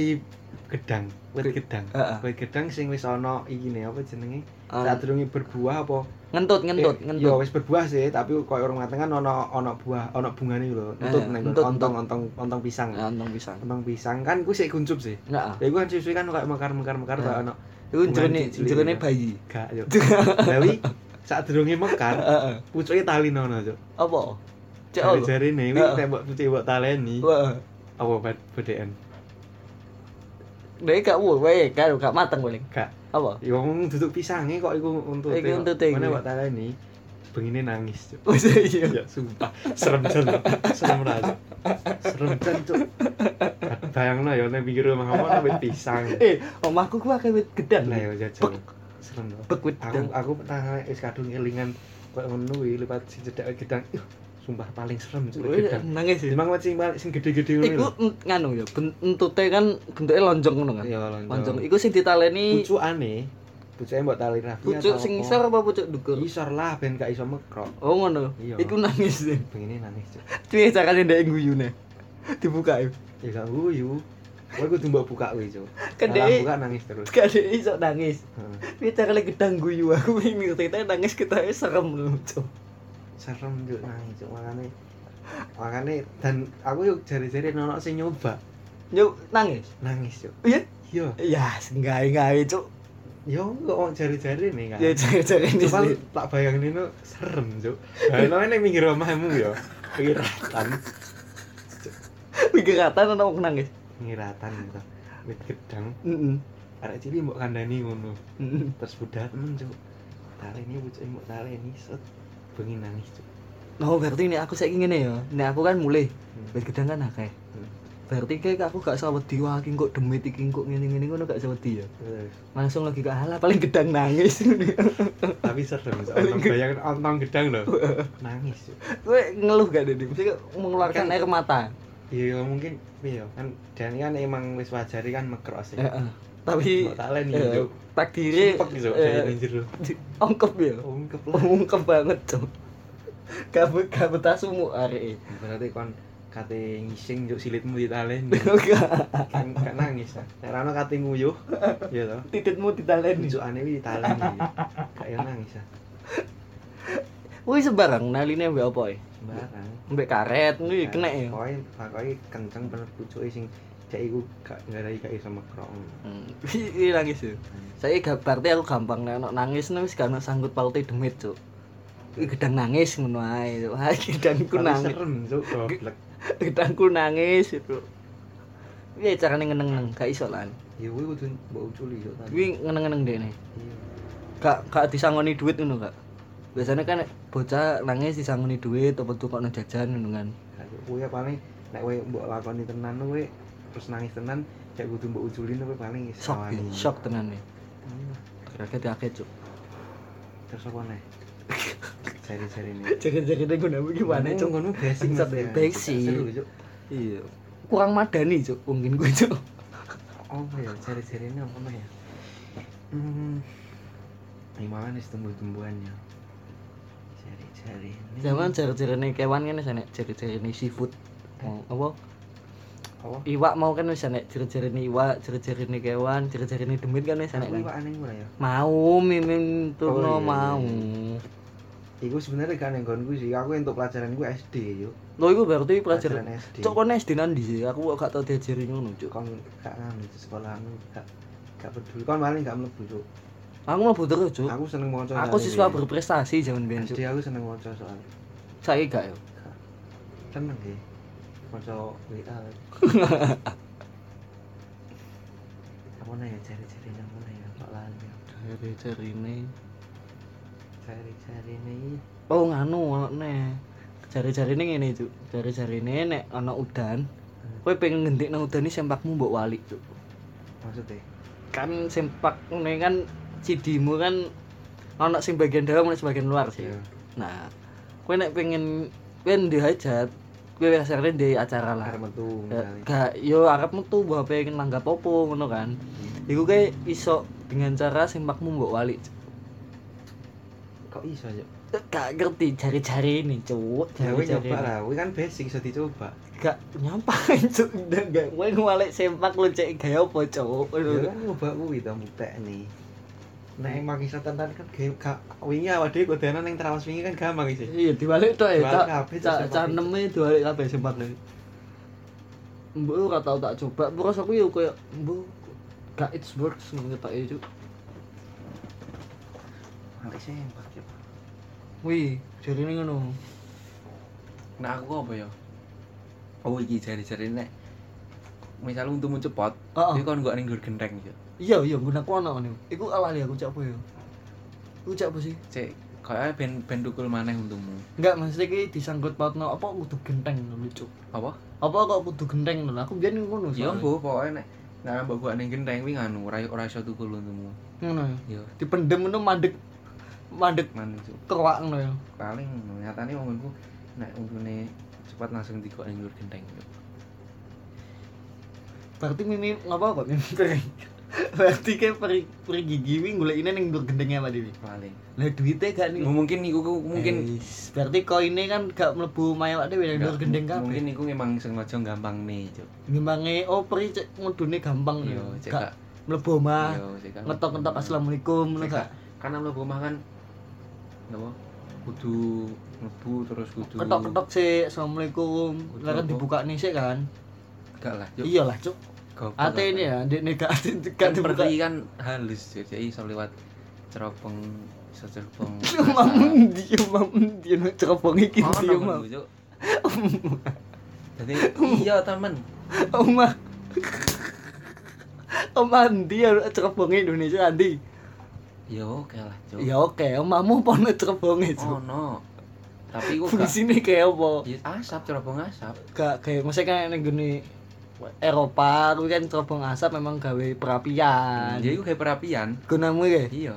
[SPEAKER 2] gedang, wit
[SPEAKER 3] Ge-
[SPEAKER 2] gedang.
[SPEAKER 3] Heeh.
[SPEAKER 2] Wit gedang sing wis ono iki ne apa jenenge?
[SPEAKER 3] An-
[SPEAKER 2] Sadurunge berbuah apa?
[SPEAKER 3] ngentut Ah. ngentut
[SPEAKER 2] Eh, Ya
[SPEAKER 3] ngentut
[SPEAKER 2] wis berbuah sih, tapi koyo orang mateng kan ono ono buah, ono bungane lho. Entut
[SPEAKER 3] Eh, Ah.
[SPEAKER 2] nang
[SPEAKER 3] entut,
[SPEAKER 2] ontong ontong ontong pisang.
[SPEAKER 3] Ya, untung bisa
[SPEAKER 2] Ontong pisang kan kuwi sik kuncup sih.
[SPEAKER 3] nah
[SPEAKER 2] Ya iku kan suwi kan koyo mekar-mekar-mekar
[SPEAKER 3] Eh.
[SPEAKER 2] koyo ono
[SPEAKER 3] itu
[SPEAKER 2] Bukan
[SPEAKER 3] jerone
[SPEAKER 2] cilik,
[SPEAKER 3] jerone
[SPEAKER 2] ya.
[SPEAKER 3] bayi
[SPEAKER 2] gak yo. Dewi sadurunge mekar,
[SPEAKER 3] Heeh.
[SPEAKER 2] pucuke tali ono cuk.
[SPEAKER 3] apa cek oh. Ah. apa
[SPEAKER 2] Jari-jari ini
[SPEAKER 3] Heeh.
[SPEAKER 2] wis tembok pucuke mbok taleni.
[SPEAKER 3] Wah,
[SPEAKER 2] Apa bad- bedaan?
[SPEAKER 3] dia gak wuh, wae gak gak mateng paling.
[SPEAKER 2] Gak.
[SPEAKER 3] Apa?
[SPEAKER 2] Ya wong duduk pisange kok iku untuk
[SPEAKER 3] Iku untute iku.
[SPEAKER 2] Mana buat tala ini. bengine nangis cuk
[SPEAKER 3] Oh iya.
[SPEAKER 2] ya sumpah serem jan Cuk. serem ra Cuk. serem jan cuk bayangno ya nek pinggir rumah kamu ana wit pisang
[SPEAKER 3] Eh, omahku ku akeh wit gedan.
[SPEAKER 2] lah ya jajan serem Cuk.
[SPEAKER 3] Bek wit
[SPEAKER 2] aku
[SPEAKER 3] gedang.
[SPEAKER 2] aku pernah wis kadung elingan koyo ngono kuwi lipat si cedak gedang Ih, sumpah paling serem cuk
[SPEAKER 3] Wih,
[SPEAKER 2] gedang
[SPEAKER 3] Nangis sih.
[SPEAKER 2] emang sing sing gede-gede
[SPEAKER 3] Iku
[SPEAKER 2] ngono lho
[SPEAKER 3] mm, nganu ya, ben- entute kan bentuke lonjong ngono kan.
[SPEAKER 2] ya
[SPEAKER 3] Lonjong. Iku sing ditaleni
[SPEAKER 2] pucukane pucuke mbok tali rapi
[SPEAKER 3] pucuk sing ngisor apa pucuk dhuwur?
[SPEAKER 2] isor lah ben gak iso mekrok
[SPEAKER 3] Oh ngono.
[SPEAKER 2] Iya.
[SPEAKER 3] Iku nangis sih.
[SPEAKER 2] begini nangis cuk
[SPEAKER 3] Piye carane ndek guyune? Dibuka ya.
[SPEAKER 2] ya gak guyu kowe kudu mbok buka kuwi cuk
[SPEAKER 3] Gede.
[SPEAKER 2] Salah buka nangis terus
[SPEAKER 3] Kan Gak ada iso nangis.
[SPEAKER 2] Heeh.
[SPEAKER 3] Piye carane gedang guyu aku wingi cerita nangis kita serem lho, Cuk.
[SPEAKER 2] serem cuk nangis cuk makane makane dan aku yuk jari-jari nono sing nyoba
[SPEAKER 3] Yo nangis.
[SPEAKER 2] nangis cuk
[SPEAKER 3] Iya?
[SPEAKER 2] iya
[SPEAKER 3] Ya, gawe-gawe, Cuk.
[SPEAKER 2] yo enggak wong jari-jari nih
[SPEAKER 1] Nah.
[SPEAKER 2] kan
[SPEAKER 3] Ya cara-cara ini.
[SPEAKER 2] Cuma
[SPEAKER 3] sih.
[SPEAKER 2] tak bayangin itu serem cuk bayangin aja ning pinggir rumahmu ya ngiratan
[SPEAKER 3] Pikiratan ana wong nangis.
[SPEAKER 2] ngiratan gitu wit gedang
[SPEAKER 3] Heeh.
[SPEAKER 2] arek cilik mbok kandhani ngono
[SPEAKER 3] Heeh.
[SPEAKER 2] terus budal temen cuk tali ini bucuk mbok tali ini set bengi nangis cuk
[SPEAKER 3] Oh berarti ini aku saiki ngene ya. Nek aku kan mulai
[SPEAKER 2] Hmm.
[SPEAKER 3] wis gedang kan akeh.
[SPEAKER 2] Mm.
[SPEAKER 3] Berarti kayak aku gak salah wedi wah iki kok demit iki kok ngene-ngene ngono gak salah wedi ya.
[SPEAKER 2] Terus.
[SPEAKER 3] Langsung lagi ke ala paling gedang nangis.
[SPEAKER 2] tapi serem cuk Ontong- bayangin ontong gedang lho nangis cuk
[SPEAKER 3] Kowe ngeluh gak Dedi? Mesti kayak mengeluarkan
[SPEAKER 2] Kan-
[SPEAKER 3] air mata.
[SPEAKER 2] iya mungkin iya kan dan kan emang wis wajari kan mekrok sih
[SPEAKER 3] Heeh. Tapi
[SPEAKER 2] mbok tali ini
[SPEAKER 3] eh,
[SPEAKER 2] cuk
[SPEAKER 3] takdirnya
[SPEAKER 2] sumpek cuk
[SPEAKER 3] eh,
[SPEAKER 2] jari ninjer lho
[SPEAKER 3] di- ongkep ya.
[SPEAKER 2] ungkep lah
[SPEAKER 3] Ongkep banget, Cuk. Kabut kabut asumu arek. e.
[SPEAKER 2] berarti kon kate ngising cuk silitmu ditalen
[SPEAKER 3] Gak.
[SPEAKER 2] kan kan nangis ah. nek rano kate nguyuh iya toh
[SPEAKER 3] Tititmu ditaleni.
[SPEAKER 2] tunjukane wis ditalen kayak nangis ah
[SPEAKER 3] Wih sebarang naline mbek apa ya?
[SPEAKER 2] sembarang
[SPEAKER 3] Mbek karet
[SPEAKER 2] Iya.
[SPEAKER 3] kuwi kena ya.
[SPEAKER 2] Pokoknya pokoknya kenceng bener pucuke sing cek iku gak ngarai gak iso mekrok.
[SPEAKER 3] Hmm, Iki nangis ya. Saya gak berarti aku gampang nek ono nangis nek wis karena sanggup pauti demit, Cuk. Iki gedang nangis ngono ae. Cuk. Wah, gedangku
[SPEAKER 2] Tapi
[SPEAKER 3] nangis.
[SPEAKER 2] serem cuk goblok.
[SPEAKER 3] Gedangku nangis itu. Piye carane ngeneng-neng gak iso lan.
[SPEAKER 2] Ya kuwi kudu mbok uculi cuk tadi.
[SPEAKER 3] Kuwi ngeneng-ngeneng dekne.
[SPEAKER 2] Iya.
[SPEAKER 3] Gak gak disangoni duit ngono gak. Biasanya kan nek bocah nangis disangoni duit apa tukokno jajan ngono kan.
[SPEAKER 2] Nah, Cuk, kuwi paling nek kowe mbok lakoni tenan kowe terus nangis tenan cek kudu mbok uculi kowe paling iso
[SPEAKER 3] Shock, ya,
[SPEAKER 2] wani.
[SPEAKER 3] shock tenan nih.
[SPEAKER 2] Iya.
[SPEAKER 3] Kaget-kaget, Cuk.
[SPEAKER 2] Terus apa nih? Cari-cari ini.
[SPEAKER 3] Jaget-jagete ngono
[SPEAKER 2] Ngono- Ngono basic
[SPEAKER 3] Bangsat,
[SPEAKER 2] maksudnya.
[SPEAKER 3] basic.
[SPEAKER 2] Seru, ya. Cuk.
[SPEAKER 3] Iya. Kurang madani, Cuk. Mungkin gue, Cuk.
[SPEAKER 2] apa ya cari-cari ini apa ya hmm gimana sih tumbuh-tumbuhannya cari-cari ya. ini
[SPEAKER 3] Zaman ciri-cirine kewan kan wis enek ciri-cirine seafood. Oh, apa?
[SPEAKER 2] apa
[SPEAKER 3] Iwak mau kan wis enek ciri-cirine iwak, ciri-cirine kewan, ciri-cirine demit kan wis enek.
[SPEAKER 2] aku
[SPEAKER 3] kan.
[SPEAKER 2] iwak aneh gue ya
[SPEAKER 3] Mau mimin
[SPEAKER 2] Oh,
[SPEAKER 3] turno
[SPEAKER 2] iya,
[SPEAKER 3] mau.
[SPEAKER 2] Iku sebenarnya gak nenggon gue sih, aku untuk pelajaran gue SD yuk
[SPEAKER 3] Lho iku berarti pelajaran.
[SPEAKER 2] SD
[SPEAKER 3] Cok kon SD nang ndi sih? Aku kok gak tau diajari ngono, Cuk.
[SPEAKER 2] Kon gak ngambil di sekolah aku gak gak peduli, kon paling gak mlebu Cuk.
[SPEAKER 3] Aku mlebu terus, Cuk.
[SPEAKER 2] Aku seneng maca
[SPEAKER 3] Aku
[SPEAKER 2] soalnya,
[SPEAKER 3] siswa
[SPEAKER 2] Cuk.
[SPEAKER 3] berprestasi zaman biyen,
[SPEAKER 2] SD
[SPEAKER 3] Cuk.
[SPEAKER 2] aku seneng maca soalnya
[SPEAKER 3] Saiki gak yo.
[SPEAKER 2] Seneng ya Maca WA Apa nih ya cari-cari yang mana ya, kok lali aku.
[SPEAKER 3] Ciri-cirine.
[SPEAKER 2] cari-cari ini
[SPEAKER 3] Oh, nganu ono ne. Jari-jarine ngene, Cuk. Jari-jarine nek ana udan,
[SPEAKER 2] Hmm.
[SPEAKER 3] kowe pengen ngendikno udane sempakmu mbok walik, Cuk.
[SPEAKER 2] maksudnya
[SPEAKER 3] kan sempak ini kan cidimu kan ono sing bagian dalam ono sing bagian luar sih.
[SPEAKER 2] Iya.
[SPEAKER 3] Nah, kowe nek pengen kowe ndek hajat, kowe asalnya di acara lah.
[SPEAKER 2] arep metu
[SPEAKER 3] Ya,
[SPEAKER 2] misalnya.
[SPEAKER 3] Gak yo arep metu mbok ape nanggap opo ngono kan.
[SPEAKER 2] Hmm.
[SPEAKER 3] Iku kae iso dengan cara sempakmu mbok walik.
[SPEAKER 2] kok iso yuk
[SPEAKER 3] Eh, Gak ngerti jari-jari ini, cuk.
[SPEAKER 2] ya weh
[SPEAKER 3] Jari-jari.
[SPEAKER 2] nyoba
[SPEAKER 3] ini.
[SPEAKER 2] lah weh kan basic iso dicoba
[SPEAKER 3] Gak nyampain cuk. Ndak gak kowe ngwalik sempak lu cek gaya opo cuk.
[SPEAKER 2] ya kan nyoba kuwi to mutek nih Nah, emang kisah tentang kan game gak wingi awak dhewe kodanan ning terawas wingi kan gampang sih.
[SPEAKER 3] Iya diwalik tok ya,
[SPEAKER 2] Diwalik
[SPEAKER 3] Cak.
[SPEAKER 2] kabeh, Cak,
[SPEAKER 3] Cak
[SPEAKER 2] sempat
[SPEAKER 3] cak
[SPEAKER 2] itu.
[SPEAKER 3] neme diwalik kabeh sempat lho. Mbok ora tau tak coba, terus aku yo koyo mbok gak it's works ngono ya, tak itu.
[SPEAKER 2] Nek sing pakai.
[SPEAKER 3] Wih, jarine ngono.
[SPEAKER 2] Nah, aku apa ya? Oh, iki jari-jari nek misal untumu cepot,
[SPEAKER 3] Heeh.
[SPEAKER 2] kon gak ning gur gendeng yo.
[SPEAKER 3] Iya iya gunaku ana ngene. Iku awali aku cak apa yo. Iku cak apa sih?
[SPEAKER 2] Cek Kayak ben ben tukul maneh untungmu.
[SPEAKER 3] Enggak, maksudnya ki disangkut pautno apa kudu genteng lho cuk.
[SPEAKER 2] Apa?
[SPEAKER 3] Apa kok kudu genteng lho. Aku biyen ngono
[SPEAKER 2] Ya
[SPEAKER 3] soalnya.
[SPEAKER 2] mbuh pokoke nek nek mbok gua ning genteng kuwi nganu ora ora iso tukul untungmu.
[SPEAKER 3] Ngono ya.
[SPEAKER 2] Yo
[SPEAKER 3] Dipendem ngono mandek mandek
[SPEAKER 2] man cuk.
[SPEAKER 3] kerwak ngono ya.
[SPEAKER 2] Paling nyatane wong iku nek untune cepat langsung dikok ning dhuwur genteng. Cuk.
[SPEAKER 3] Berarti mimi ngapa kok mimi kering. Berarti kayak peri peri gigi mi golek ini ning ndur gendengnya apa dewe.
[SPEAKER 2] Paling.
[SPEAKER 3] Lah duitnya gak nih.
[SPEAKER 2] Mungkin niku ku- mungkin
[SPEAKER 3] Eish, berarti koinnya kan gak mlebu mayawak dewe Eh, ning ndur
[SPEAKER 2] Nggak,
[SPEAKER 3] gendeng
[SPEAKER 2] m-
[SPEAKER 3] kabeh.
[SPEAKER 2] Mungkin iku memang sengaja gampang nih, Cuk. Iya,
[SPEAKER 3] Gimbange oh peri cek ngudune gampang
[SPEAKER 2] Yo,
[SPEAKER 3] lho.
[SPEAKER 2] cekak.
[SPEAKER 3] Gak mlebu mah.
[SPEAKER 2] Yo, cekak.
[SPEAKER 3] Ngetok-ngetok assalamualaikum ngono
[SPEAKER 2] Cekak.
[SPEAKER 3] gak.
[SPEAKER 2] Karena mlebu omah kan napa? Kudu mlebu terus kudu
[SPEAKER 3] Ketok-ketok sih assalamualaikum. Lah kan
[SPEAKER 2] Ojo,
[SPEAKER 3] dibuka nih sih kan.
[SPEAKER 2] Gak lah, Cuk.
[SPEAKER 3] Iyalah cuk.
[SPEAKER 2] Goblok.
[SPEAKER 3] Ate ini ya, dek nek gak
[SPEAKER 2] kan
[SPEAKER 3] gak dibuka.
[SPEAKER 2] pergi kan halus Cuk. jadi iso lewat ceropong iso ceropong
[SPEAKER 3] Mamun dia, mamun dia nak cerobong iki
[SPEAKER 2] Oh,
[SPEAKER 3] dia
[SPEAKER 2] nang
[SPEAKER 3] mau.
[SPEAKER 2] ngono, Cuk. jadi iya temen
[SPEAKER 3] Oma. Oma Andi ya cerobong Indonesia Andi.
[SPEAKER 2] ya oke lah Cuk.
[SPEAKER 3] Ya oke, omamu pono cerobong
[SPEAKER 2] oh
[SPEAKER 3] itu.
[SPEAKER 2] no tapi gua gak
[SPEAKER 3] Fungsinya kayak apa?
[SPEAKER 2] Ya, asap cerobong asap
[SPEAKER 3] Gak kayak maksudnya kayak ning gini Eropa, kuwi kan cerobong asap memang gawe perapian.
[SPEAKER 2] jadi gua kayak perapian
[SPEAKER 3] Gunamu ya?
[SPEAKER 2] iya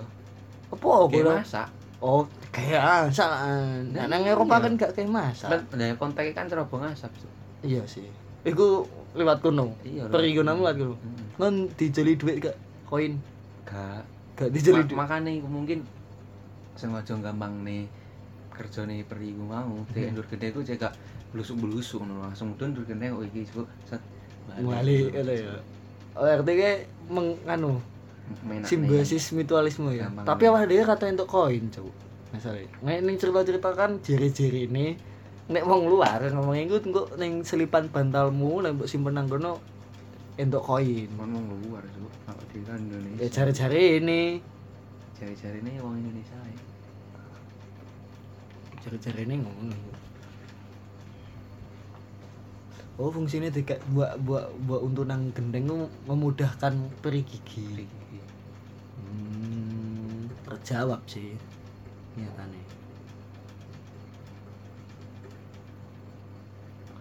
[SPEAKER 3] Apa
[SPEAKER 2] kayak
[SPEAKER 3] guna?
[SPEAKER 2] masak
[SPEAKER 3] Oh, kayak asalan. Nah,
[SPEAKER 2] Nah,
[SPEAKER 3] nang Eropa
[SPEAKER 2] iya.
[SPEAKER 3] kan gak kayak masak.
[SPEAKER 2] Lah, Lah kontaknya kan cerobong asap Cuk.
[SPEAKER 3] Iya sih. Iku lewat kuno.
[SPEAKER 2] iya
[SPEAKER 3] Peri gunamu lewat kuno.
[SPEAKER 2] Mm.
[SPEAKER 3] kan dijeli duit gak koin
[SPEAKER 2] gak
[SPEAKER 3] gak dijeli
[SPEAKER 2] Ma-
[SPEAKER 3] duit
[SPEAKER 2] makanya iku mungkin sengaja gampang nih kerja nih peri iku mau
[SPEAKER 3] Mhm.
[SPEAKER 2] di endur gede ku cek gak belusuk belusuk langsung tuh endur gede oh iki iku set
[SPEAKER 3] Balik, kata ya. oh, artinya menganu
[SPEAKER 2] Menak nih.
[SPEAKER 3] anu, simbiosis mutualisme ya
[SPEAKER 2] Gampang.
[SPEAKER 3] tapi apa dia kata untuk koin cowok misalnya nah ini cerita cerita kan jiri jiri ini nek wong luar ngomongin gue tunggu neng selipan bantalmu neng buat simpen nang kono untuk koin
[SPEAKER 2] Cuman wong luar tuh kalau di kan
[SPEAKER 3] ya
[SPEAKER 2] Indonesia
[SPEAKER 3] cari cari ini
[SPEAKER 2] cari-cari nih wong Indonesia ya
[SPEAKER 3] cari cari ini ngomong Oh fungsinya tidak buat buat buat untuk nang gendeng ku memudahkan peri gigi.
[SPEAKER 2] Peri gigi.
[SPEAKER 3] Hmm, terjawab sih nyatane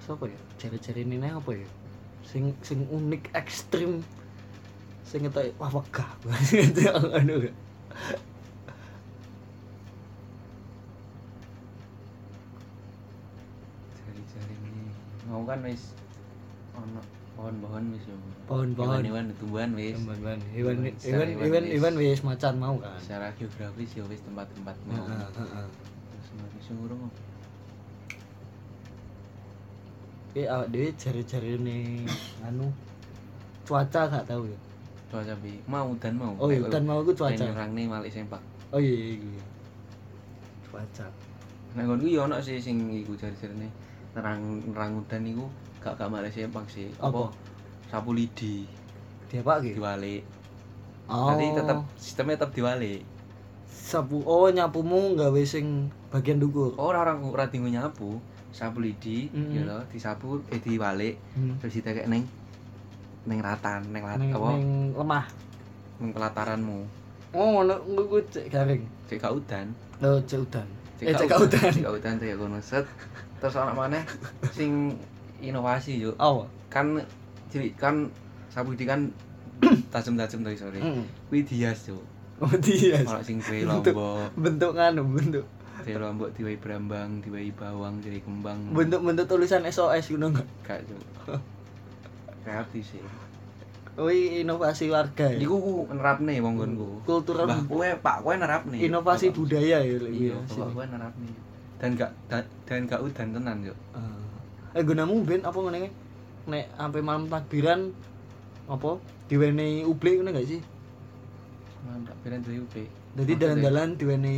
[SPEAKER 3] siapa ya cari-cari ini nih apa ya sing sing unik ekstrim sing ngetok wah wegah anu gak?
[SPEAKER 2] cari-cari nih mau kan wis ono pohon-pohon wis yo
[SPEAKER 3] pohon-pohon
[SPEAKER 2] hewan-hewan tumbuhan wis
[SPEAKER 3] hewan hewan
[SPEAKER 2] Hewan-
[SPEAKER 3] hewan hewan hewan wis macan mau kan
[SPEAKER 2] secara geografis ya wis tempat-tempat mau
[SPEAKER 3] Heeh, heeh.
[SPEAKER 2] terus mari suruh apa?
[SPEAKER 3] Oke, awak dhewe cari-cari ini anu cuaca gak tahu ya
[SPEAKER 2] cuaca bi mau dan mau
[SPEAKER 3] oh iya
[SPEAKER 2] Kayak
[SPEAKER 3] dan mau aku
[SPEAKER 2] Nek
[SPEAKER 3] cuaca
[SPEAKER 2] nyerang nih malik sempak.
[SPEAKER 3] Oh iya iya iya. Cuaca.
[SPEAKER 2] Nek ngono yo ono sih sing iku jari-jarine nerang nerang udan niku gak gak malik sempak sih.
[SPEAKER 3] Apa?
[SPEAKER 2] Sapu lidi
[SPEAKER 3] Dia pak gitu.
[SPEAKER 2] diwalik.
[SPEAKER 3] Oh.
[SPEAKER 2] Nanti tetep sistemnya tetep diwalik.
[SPEAKER 3] sapu oh nyapumu gawe sing bagian dhuwur.
[SPEAKER 2] Oh, Ora orang ora tinggu nyapu, sapu lidi
[SPEAKER 3] Mm-mm.
[SPEAKER 2] ya lho disapu eh diwalik
[SPEAKER 3] Hmm.
[SPEAKER 2] terus ditekek ning ning ratan, ning lat
[SPEAKER 3] Neng,
[SPEAKER 2] Ah, apa
[SPEAKER 3] neng lemah.
[SPEAKER 2] ning pelataranmu.
[SPEAKER 3] Oh ngono ngono ku cek garing.
[SPEAKER 2] Cek gak udan.
[SPEAKER 3] Lho cek udan. Eh,
[SPEAKER 2] gak
[SPEAKER 3] cek gak udan.
[SPEAKER 2] Cek gak udan cek gak kono set. Terus ana maneh sing inovasi yo.
[SPEAKER 3] Oh.
[SPEAKER 2] kan cilik kan sapu lidi kan tajam-tajam tadi sore
[SPEAKER 3] Mm.
[SPEAKER 2] kuwi dias yo
[SPEAKER 3] Oh dia.
[SPEAKER 2] kalau sing duwe
[SPEAKER 3] Bentuk.
[SPEAKER 2] lombok
[SPEAKER 3] Bentuk nganu bentuk.
[SPEAKER 2] duwe lombok diwehi brambang diwehi bawang diwehi kembang
[SPEAKER 3] Bentuk-bentuk tulisan SOS ngono enggak?
[SPEAKER 2] gak yo kreatif sih
[SPEAKER 3] Kuwi Oh, inovasi warga ya.
[SPEAKER 2] iku ku nerapne wong nggonku
[SPEAKER 3] kultural
[SPEAKER 2] mbah kowe pak kowe nerapne
[SPEAKER 3] inovasi
[SPEAKER 2] Bapak-
[SPEAKER 3] budaya ya lek
[SPEAKER 2] iya
[SPEAKER 3] kuwi
[SPEAKER 2] bapak
[SPEAKER 3] ya.
[SPEAKER 2] kowe nerapne dan gak dan- dan gak udan tenan yo
[SPEAKER 3] Eh gunamu ben apa ngene nek sampai malam takbiran apa diwenehi ublik ngono gak sih?
[SPEAKER 2] mantap piren Nah, duwe UP
[SPEAKER 3] Jadi
[SPEAKER 2] Maksudnya?
[SPEAKER 3] dalan-dalan diweni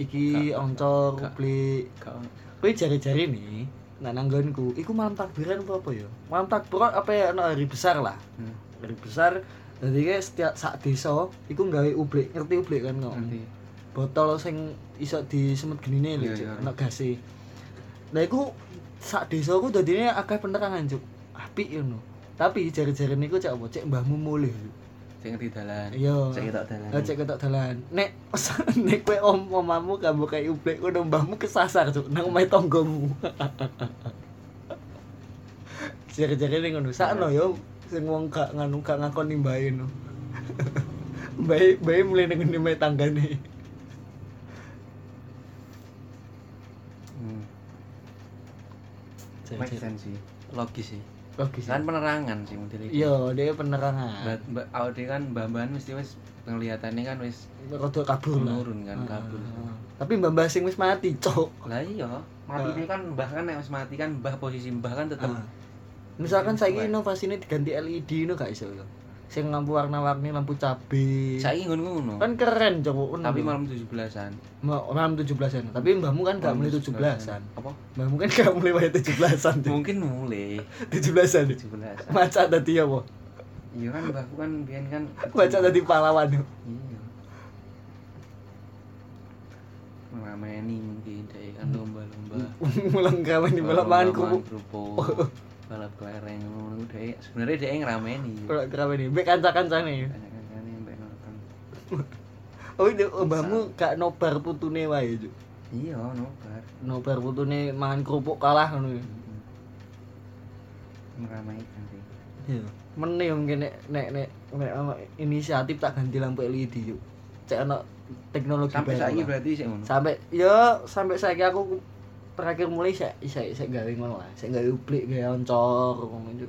[SPEAKER 3] iki
[SPEAKER 2] Gak,
[SPEAKER 3] oncor,
[SPEAKER 2] gak.
[SPEAKER 3] publik.
[SPEAKER 2] gak ono
[SPEAKER 3] Kowe jari-jari nih, nak nanggonku. Iku malam takbiran apa apa ya? Malam takbiran apa ya ana hari besar lah.
[SPEAKER 2] Hmm.
[SPEAKER 3] Hari besar jadi kayak setiap sak desa iku nggawe ublik, ngerti ublik kan kok.
[SPEAKER 2] nanti
[SPEAKER 3] Botol sing iso disemut genine
[SPEAKER 2] Iya,
[SPEAKER 3] lho, Cuk,
[SPEAKER 2] iya.
[SPEAKER 3] ana gase. Nah iku sak desa ku dadine akeh penerangan, Cuk. Apik ngono. Tapi jari-jari niku cek apa? Cek mbahmu mulih. Cuk.
[SPEAKER 2] cek cek ngerti dalan
[SPEAKER 3] Iya.
[SPEAKER 2] cek ketok dalan
[SPEAKER 3] Lah cek ketok dalan. Nek nek kowe om omamu kamu kayak ublek kono mbahmu kesasar cuk nang omahe tanggamu. Jare-jare ning ngono sakno yo sing wong gak nganu gak ngakoni mbahe no. Mbahe mbahe mulai ning ngene omahe tanggane.
[SPEAKER 2] hmm.
[SPEAKER 3] Jare-
[SPEAKER 2] make sense sih logis sih
[SPEAKER 3] Logis. ya.
[SPEAKER 2] kan penerangan sih model itu
[SPEAKER 3] Iya, dia penerangan.
[SPEAKER 2] mbak mbak Audi kan bahan-bahan mesti wis penglihatannya kan wis
[SPEAKER 3] Rada kabur lah.
[SPEAKER 2] menurun kan kabur
[SPEAKER 3] Ah. Tapi Mbak Mbah sing wis mati, cok.
[SPEAKER 2] lah iya mati
[SPEAKER 3] Ah.
[SPEAKER 2] ini kan mbah kan nek wis mati kan mbah posisi mbah kan tetep
[SPEAKER 3] Ah. Misalkan
[SPEAKER 2] Mungkin kuat.
[SPEAKER 3] saiki inovasine diganti LED no gak iso yo. Sing lampu warna-warni, lampu cabe.
[SPEAKER 2] saiki ngono-ngono
[SPEAKER 3] iya. Kan keren cok.
[SPEAKER 2] tapi malam 17-an
[SPEAKER 3] Ma- malam 17-an. Tapi mbahmu kan gak
[SPEAKER 2] Malam
[SPEAKER 3] mulai 17-an.
[SPEAKER 2] apa
[SPEAKER 3] Mbahmu kan gak mulai wayahe 17-an. Cok.
[SPEAKER 2] mungkin mulai
[SPEAKER 3] 17-an. Cok.
[SPEAKER 2] 17-an
[SPEAKER 3] Maca tadi apa?
[SPEAKER 2] iya kan mbahku kan biyen kan
[SPEAKER 3] Maca tadi pahlawan. yo.
[SPEAKER 2] iya ngameni mungkin deh
[SPEAKER 3] Hmm.
[SPEAKER 2] kan lomba-lomba
[SPEAKER 3] Mulang kawan di lapangan ku.
[SPEAKER 2] Lomba-lombaan kerupuk, balap kelereng ngono deh sebenarnya dia ngerameni
[SPEAKER 3] Ora kerawe nih, mbek kanca-kancane.
[SPEAKER 2] Kancane-kancane mbek nonton
[SPEAKER 3] Oh, ini mbahmu gak nobar putune wae, Cuk.
[SPEAKER 2] iya nobar
[SPEAKER 3] Nobar putune mangan kerupuk kalah ngono.
[SPEAKER 2] Mm-mm. meramaikan sih
[SPEAKER 3] Iya. Mene yo mungkin nek nek nek nek ono inisiatif tak ganti lampu LED yuk. Cek ono teknologi
[SPEAKER 2] sampai
[SPEAKER 3] baru
[SPEAKER 2] saiki
[SPEAKER 3] lah.
[SPEAKER 2] berarti sih ngono
[SPEAKER 3] Sampai yo sampai saiki aku terakhir mulai saya saya saya gawe ngono lah. Saya gawe uplik gawe oncor ngono itu.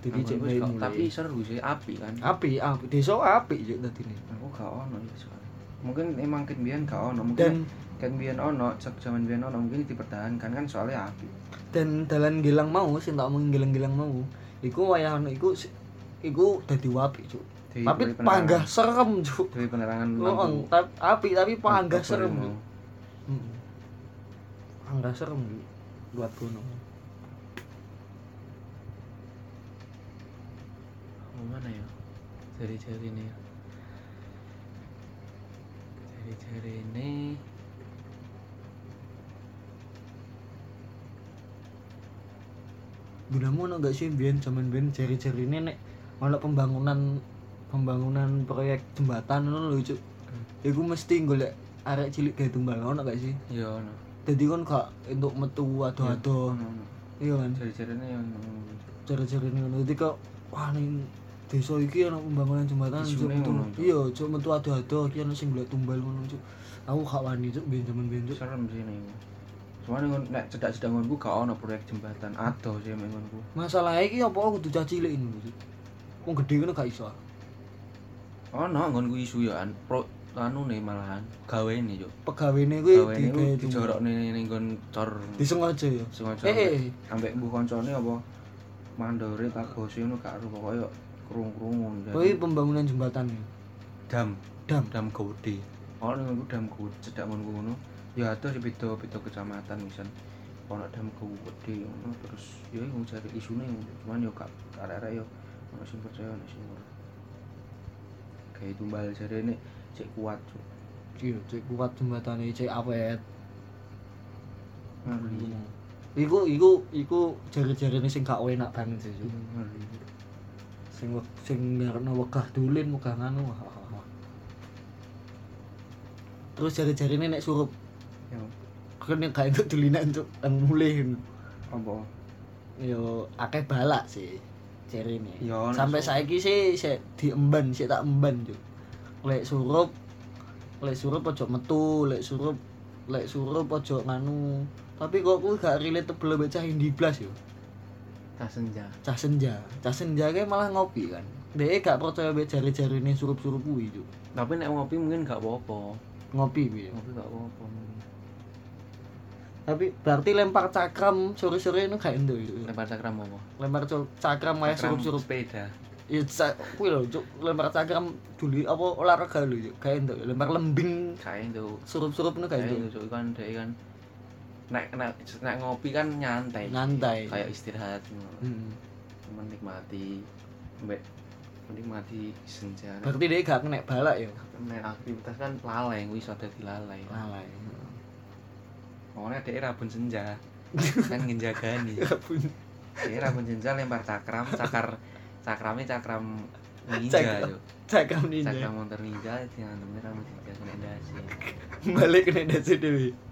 [SPEAKER 3] Jadi
[SPEAKER 2] Aku
[SPEAKER 3] cek
[SPEAKER 2] wis
[SPEAKER 3] mulai.
[SPEAKER 2] kok-
[SPEAKER 3] mulai.
[SPEAKER 2] tapi seru sih iya. api kan
[SPEAKER 3] api api desa api yuk tadi ini.
[SPEAKER 2] aku gak ono ya soalnya mungkin emang kan biyen gak ono mungkin
[SPEAKER 3] Dan
[SPEAKER 2] kan biyen ono cek zaman biyen ono mungkin dipertahankan kan soalnya api
[SPEAKER 3] dan dalan gilang mau sing tak omongin gilang-gilang mau iku wayah ono iku si- iku dadi wapi cuk.
[SPEAKER 2] Dewi
[SPEAKER 3] Tapi
[SPEAKER 2] penerangan-
[SPEAKER 3] panggah serem cuk.
[SPEAKER 2] Dewi penerangan
[SPEAKER 3] Heeh,
[SPEAKER 2] lampu
[SPEAKER 3] tapi Oh, api tapi panggah
[SPEAKER 2] Lampu
[SPEAKER 3] serem ya?
[SPEAKER 2] mau.
[SPEAKER 3] cuk. Mm. Angga serem Dik. buat gunung.
[SPEAKER 2] Mau mana ya? Jari-jari ini ya. Jari-jari ini
[SPEAKER 3] Gunamu ono gak sih biyen zaman biyen jari-jari ini nek ono pembangunan pembangunan proyek jembatan ngono lucu. Iku mesti golek arek cilik gawe tumbal ono gak sih?
[SPEAKER 2] ya ono.
[SPEAKER 3] Dadi kon gak entuk metu ado-ado.
[SPEAKER 2] Ono, ono.
[SPEAKER 3] Iya kan?
[SPEAKER 2] Oh, Jari-jari ini ya yang
[SPEAKER 3] Jari-jari ini ngono dadi kok wah ning desa iki ono pembangunan jembatan
[SPEAKER 2] Isune
[SPEAKER 3] cuk metu.
[SPEAKER 2] ngono, Cuk.
[SPEAKER 3] Iya, cuk metu ado-ado iki ono sing golek tumbal ngono cuk. Aku gak wani cuk biyen zaman biyen cuk.
[SPEAKER 2] serem sih ini. Cuma nih nek cedak-cedak ngonku gak ono proyek jembatan adoh sih mek ngonku.
[SPEAKER 3] Masalahnya iki apa kudu cah cilik ini. Wong gedhe ngono gak iso.
[SPEAKER 2] Ono nggonku isu ya an pro anu nih malahan gawe nih yo.
[SPEAKER 3] Pegawene kuwi
[SPEAKER 2] Gawe nih
[SPEAKER 3] Eh, digawe tumbal.
[SPEAKER 2] dijorok nih nih nggon cor.
[SPEAKER 3] Disengaja ya.
[SPEAKER 2] Sengaja
[SPEAKER 3] Eh, eh,
[SPEAKER 2] ambek- ambek bu koncone apa mandore tak bose ngono gak ero pokoke yo krung-krungun.
[SPEAKER 3] kuwi pembangunan jembatan ya.
[SPEAKER 2] dam
[SPEAKER 3] Dam.
[SPEAKER 2] dam gede ono ning nganggo dam gede cedak ngono ngono ya atus beda beda kecamatan misal ono dam gede ngono terus ya iku cari isune ngono. cuman yo gak arek-arek yo ono sing percaya ono sing ora kayak tumbal jare ini cek kuat cuk
[SPEAKER 3] Iya, cek kuat jembatane cek awet.
[SPEAKER 2] ngeri
[SPEAKER 3] Iku iku iku jari-jarine sing gak enak banget sih. Cuk.
[SPEAKER 2] ngeri
[SPEAKER 3] Sing wek- sing ngarepno wegah dulin wegah nganu. wah, wah, wah. Terus jari-jarine nek surup
[SPEAKER 2] yo
[SPEAKER 3] kene gak entuk dulinan cuk, nang mulih.
[SPEAKER 2] apa
[SPEAKER 3] yo akeh balak sih cerine
[SPEAKER 2] Yo, nek
[SPEAKER 3] sampai
[SPEAKER 2] surup.
[SPEAKER 3] saiki sih sik diemban sik tak emban yo lek surup lek surup ojo metu lek surup lek surup ojo nganu tapi kok kuwi gak relatable mbek cah Indi Blas yo
[SPEAKER 2] tas senja
[SPEAKER 3] cah senja cah senja kayak malah ngopi kan Dia gak percaya mbek jari-jarine surup-surup kuwi yo
[SPEAKER 2] tapi nek ngopi mungkin gak apa-apa
[SPEAKER 3] ngopi kuwi yo.
[SPEAKER 2] ngopi gak apa-apa mungkin.
[SPEAKER 3] tapi berarti lempar cakram sore-sore ini gak endo yo
[SPEAKER 2] lempar cakram apa
[SPEAKER 3] lempar cul- cakram kayak
[SPEAKER 2] Cakram
[SPEAKER 3] surup-surup
[SPEAKER 2] sepeda
[SPEAKER 3] Ya cak, kuwi lho cuk lempar cakram dulu apa olahraga lho yuk kayak entuk lempar lembing
[SPEAKER 2] kayak itu
[SPEAKER 3] surup-surup nu kayak
[SPEAKER 2] kayak
[SPEAKER 3] entuk.
[SPEAKER 2] itu kan dia kan nek nek nek ngopi kan nyantai
[SPEAKER 3] Nyantai.
[SPEAKER 2] kayak istirahat ngono.
[SPEAKER 3] Hmm.
[SPEAKER 2] menikmati mbek menikmati senja nek
[SPEAKER 3] Berarti dia gak kena balak ya.
[SPEAKER 2] nek aktivitas kan lalai kuwi iso dadi lalai
[SPEAKER 3] Lalai.
[SPEAKER 2] pokoknya dia rabun senja kan ngenjagani
[SPEAKER 3] Kabun.
[SPEAKER 2] Iya, dia rabun senja lempar cakram cakar cakramnya cakram ninja yo
[SPEAKER 3] cakam ninja
[SPEAKER 2] cakram motor ninja yang temen rambut ninja kena dasi
[SPEAKER 3] balik ke dasi dewi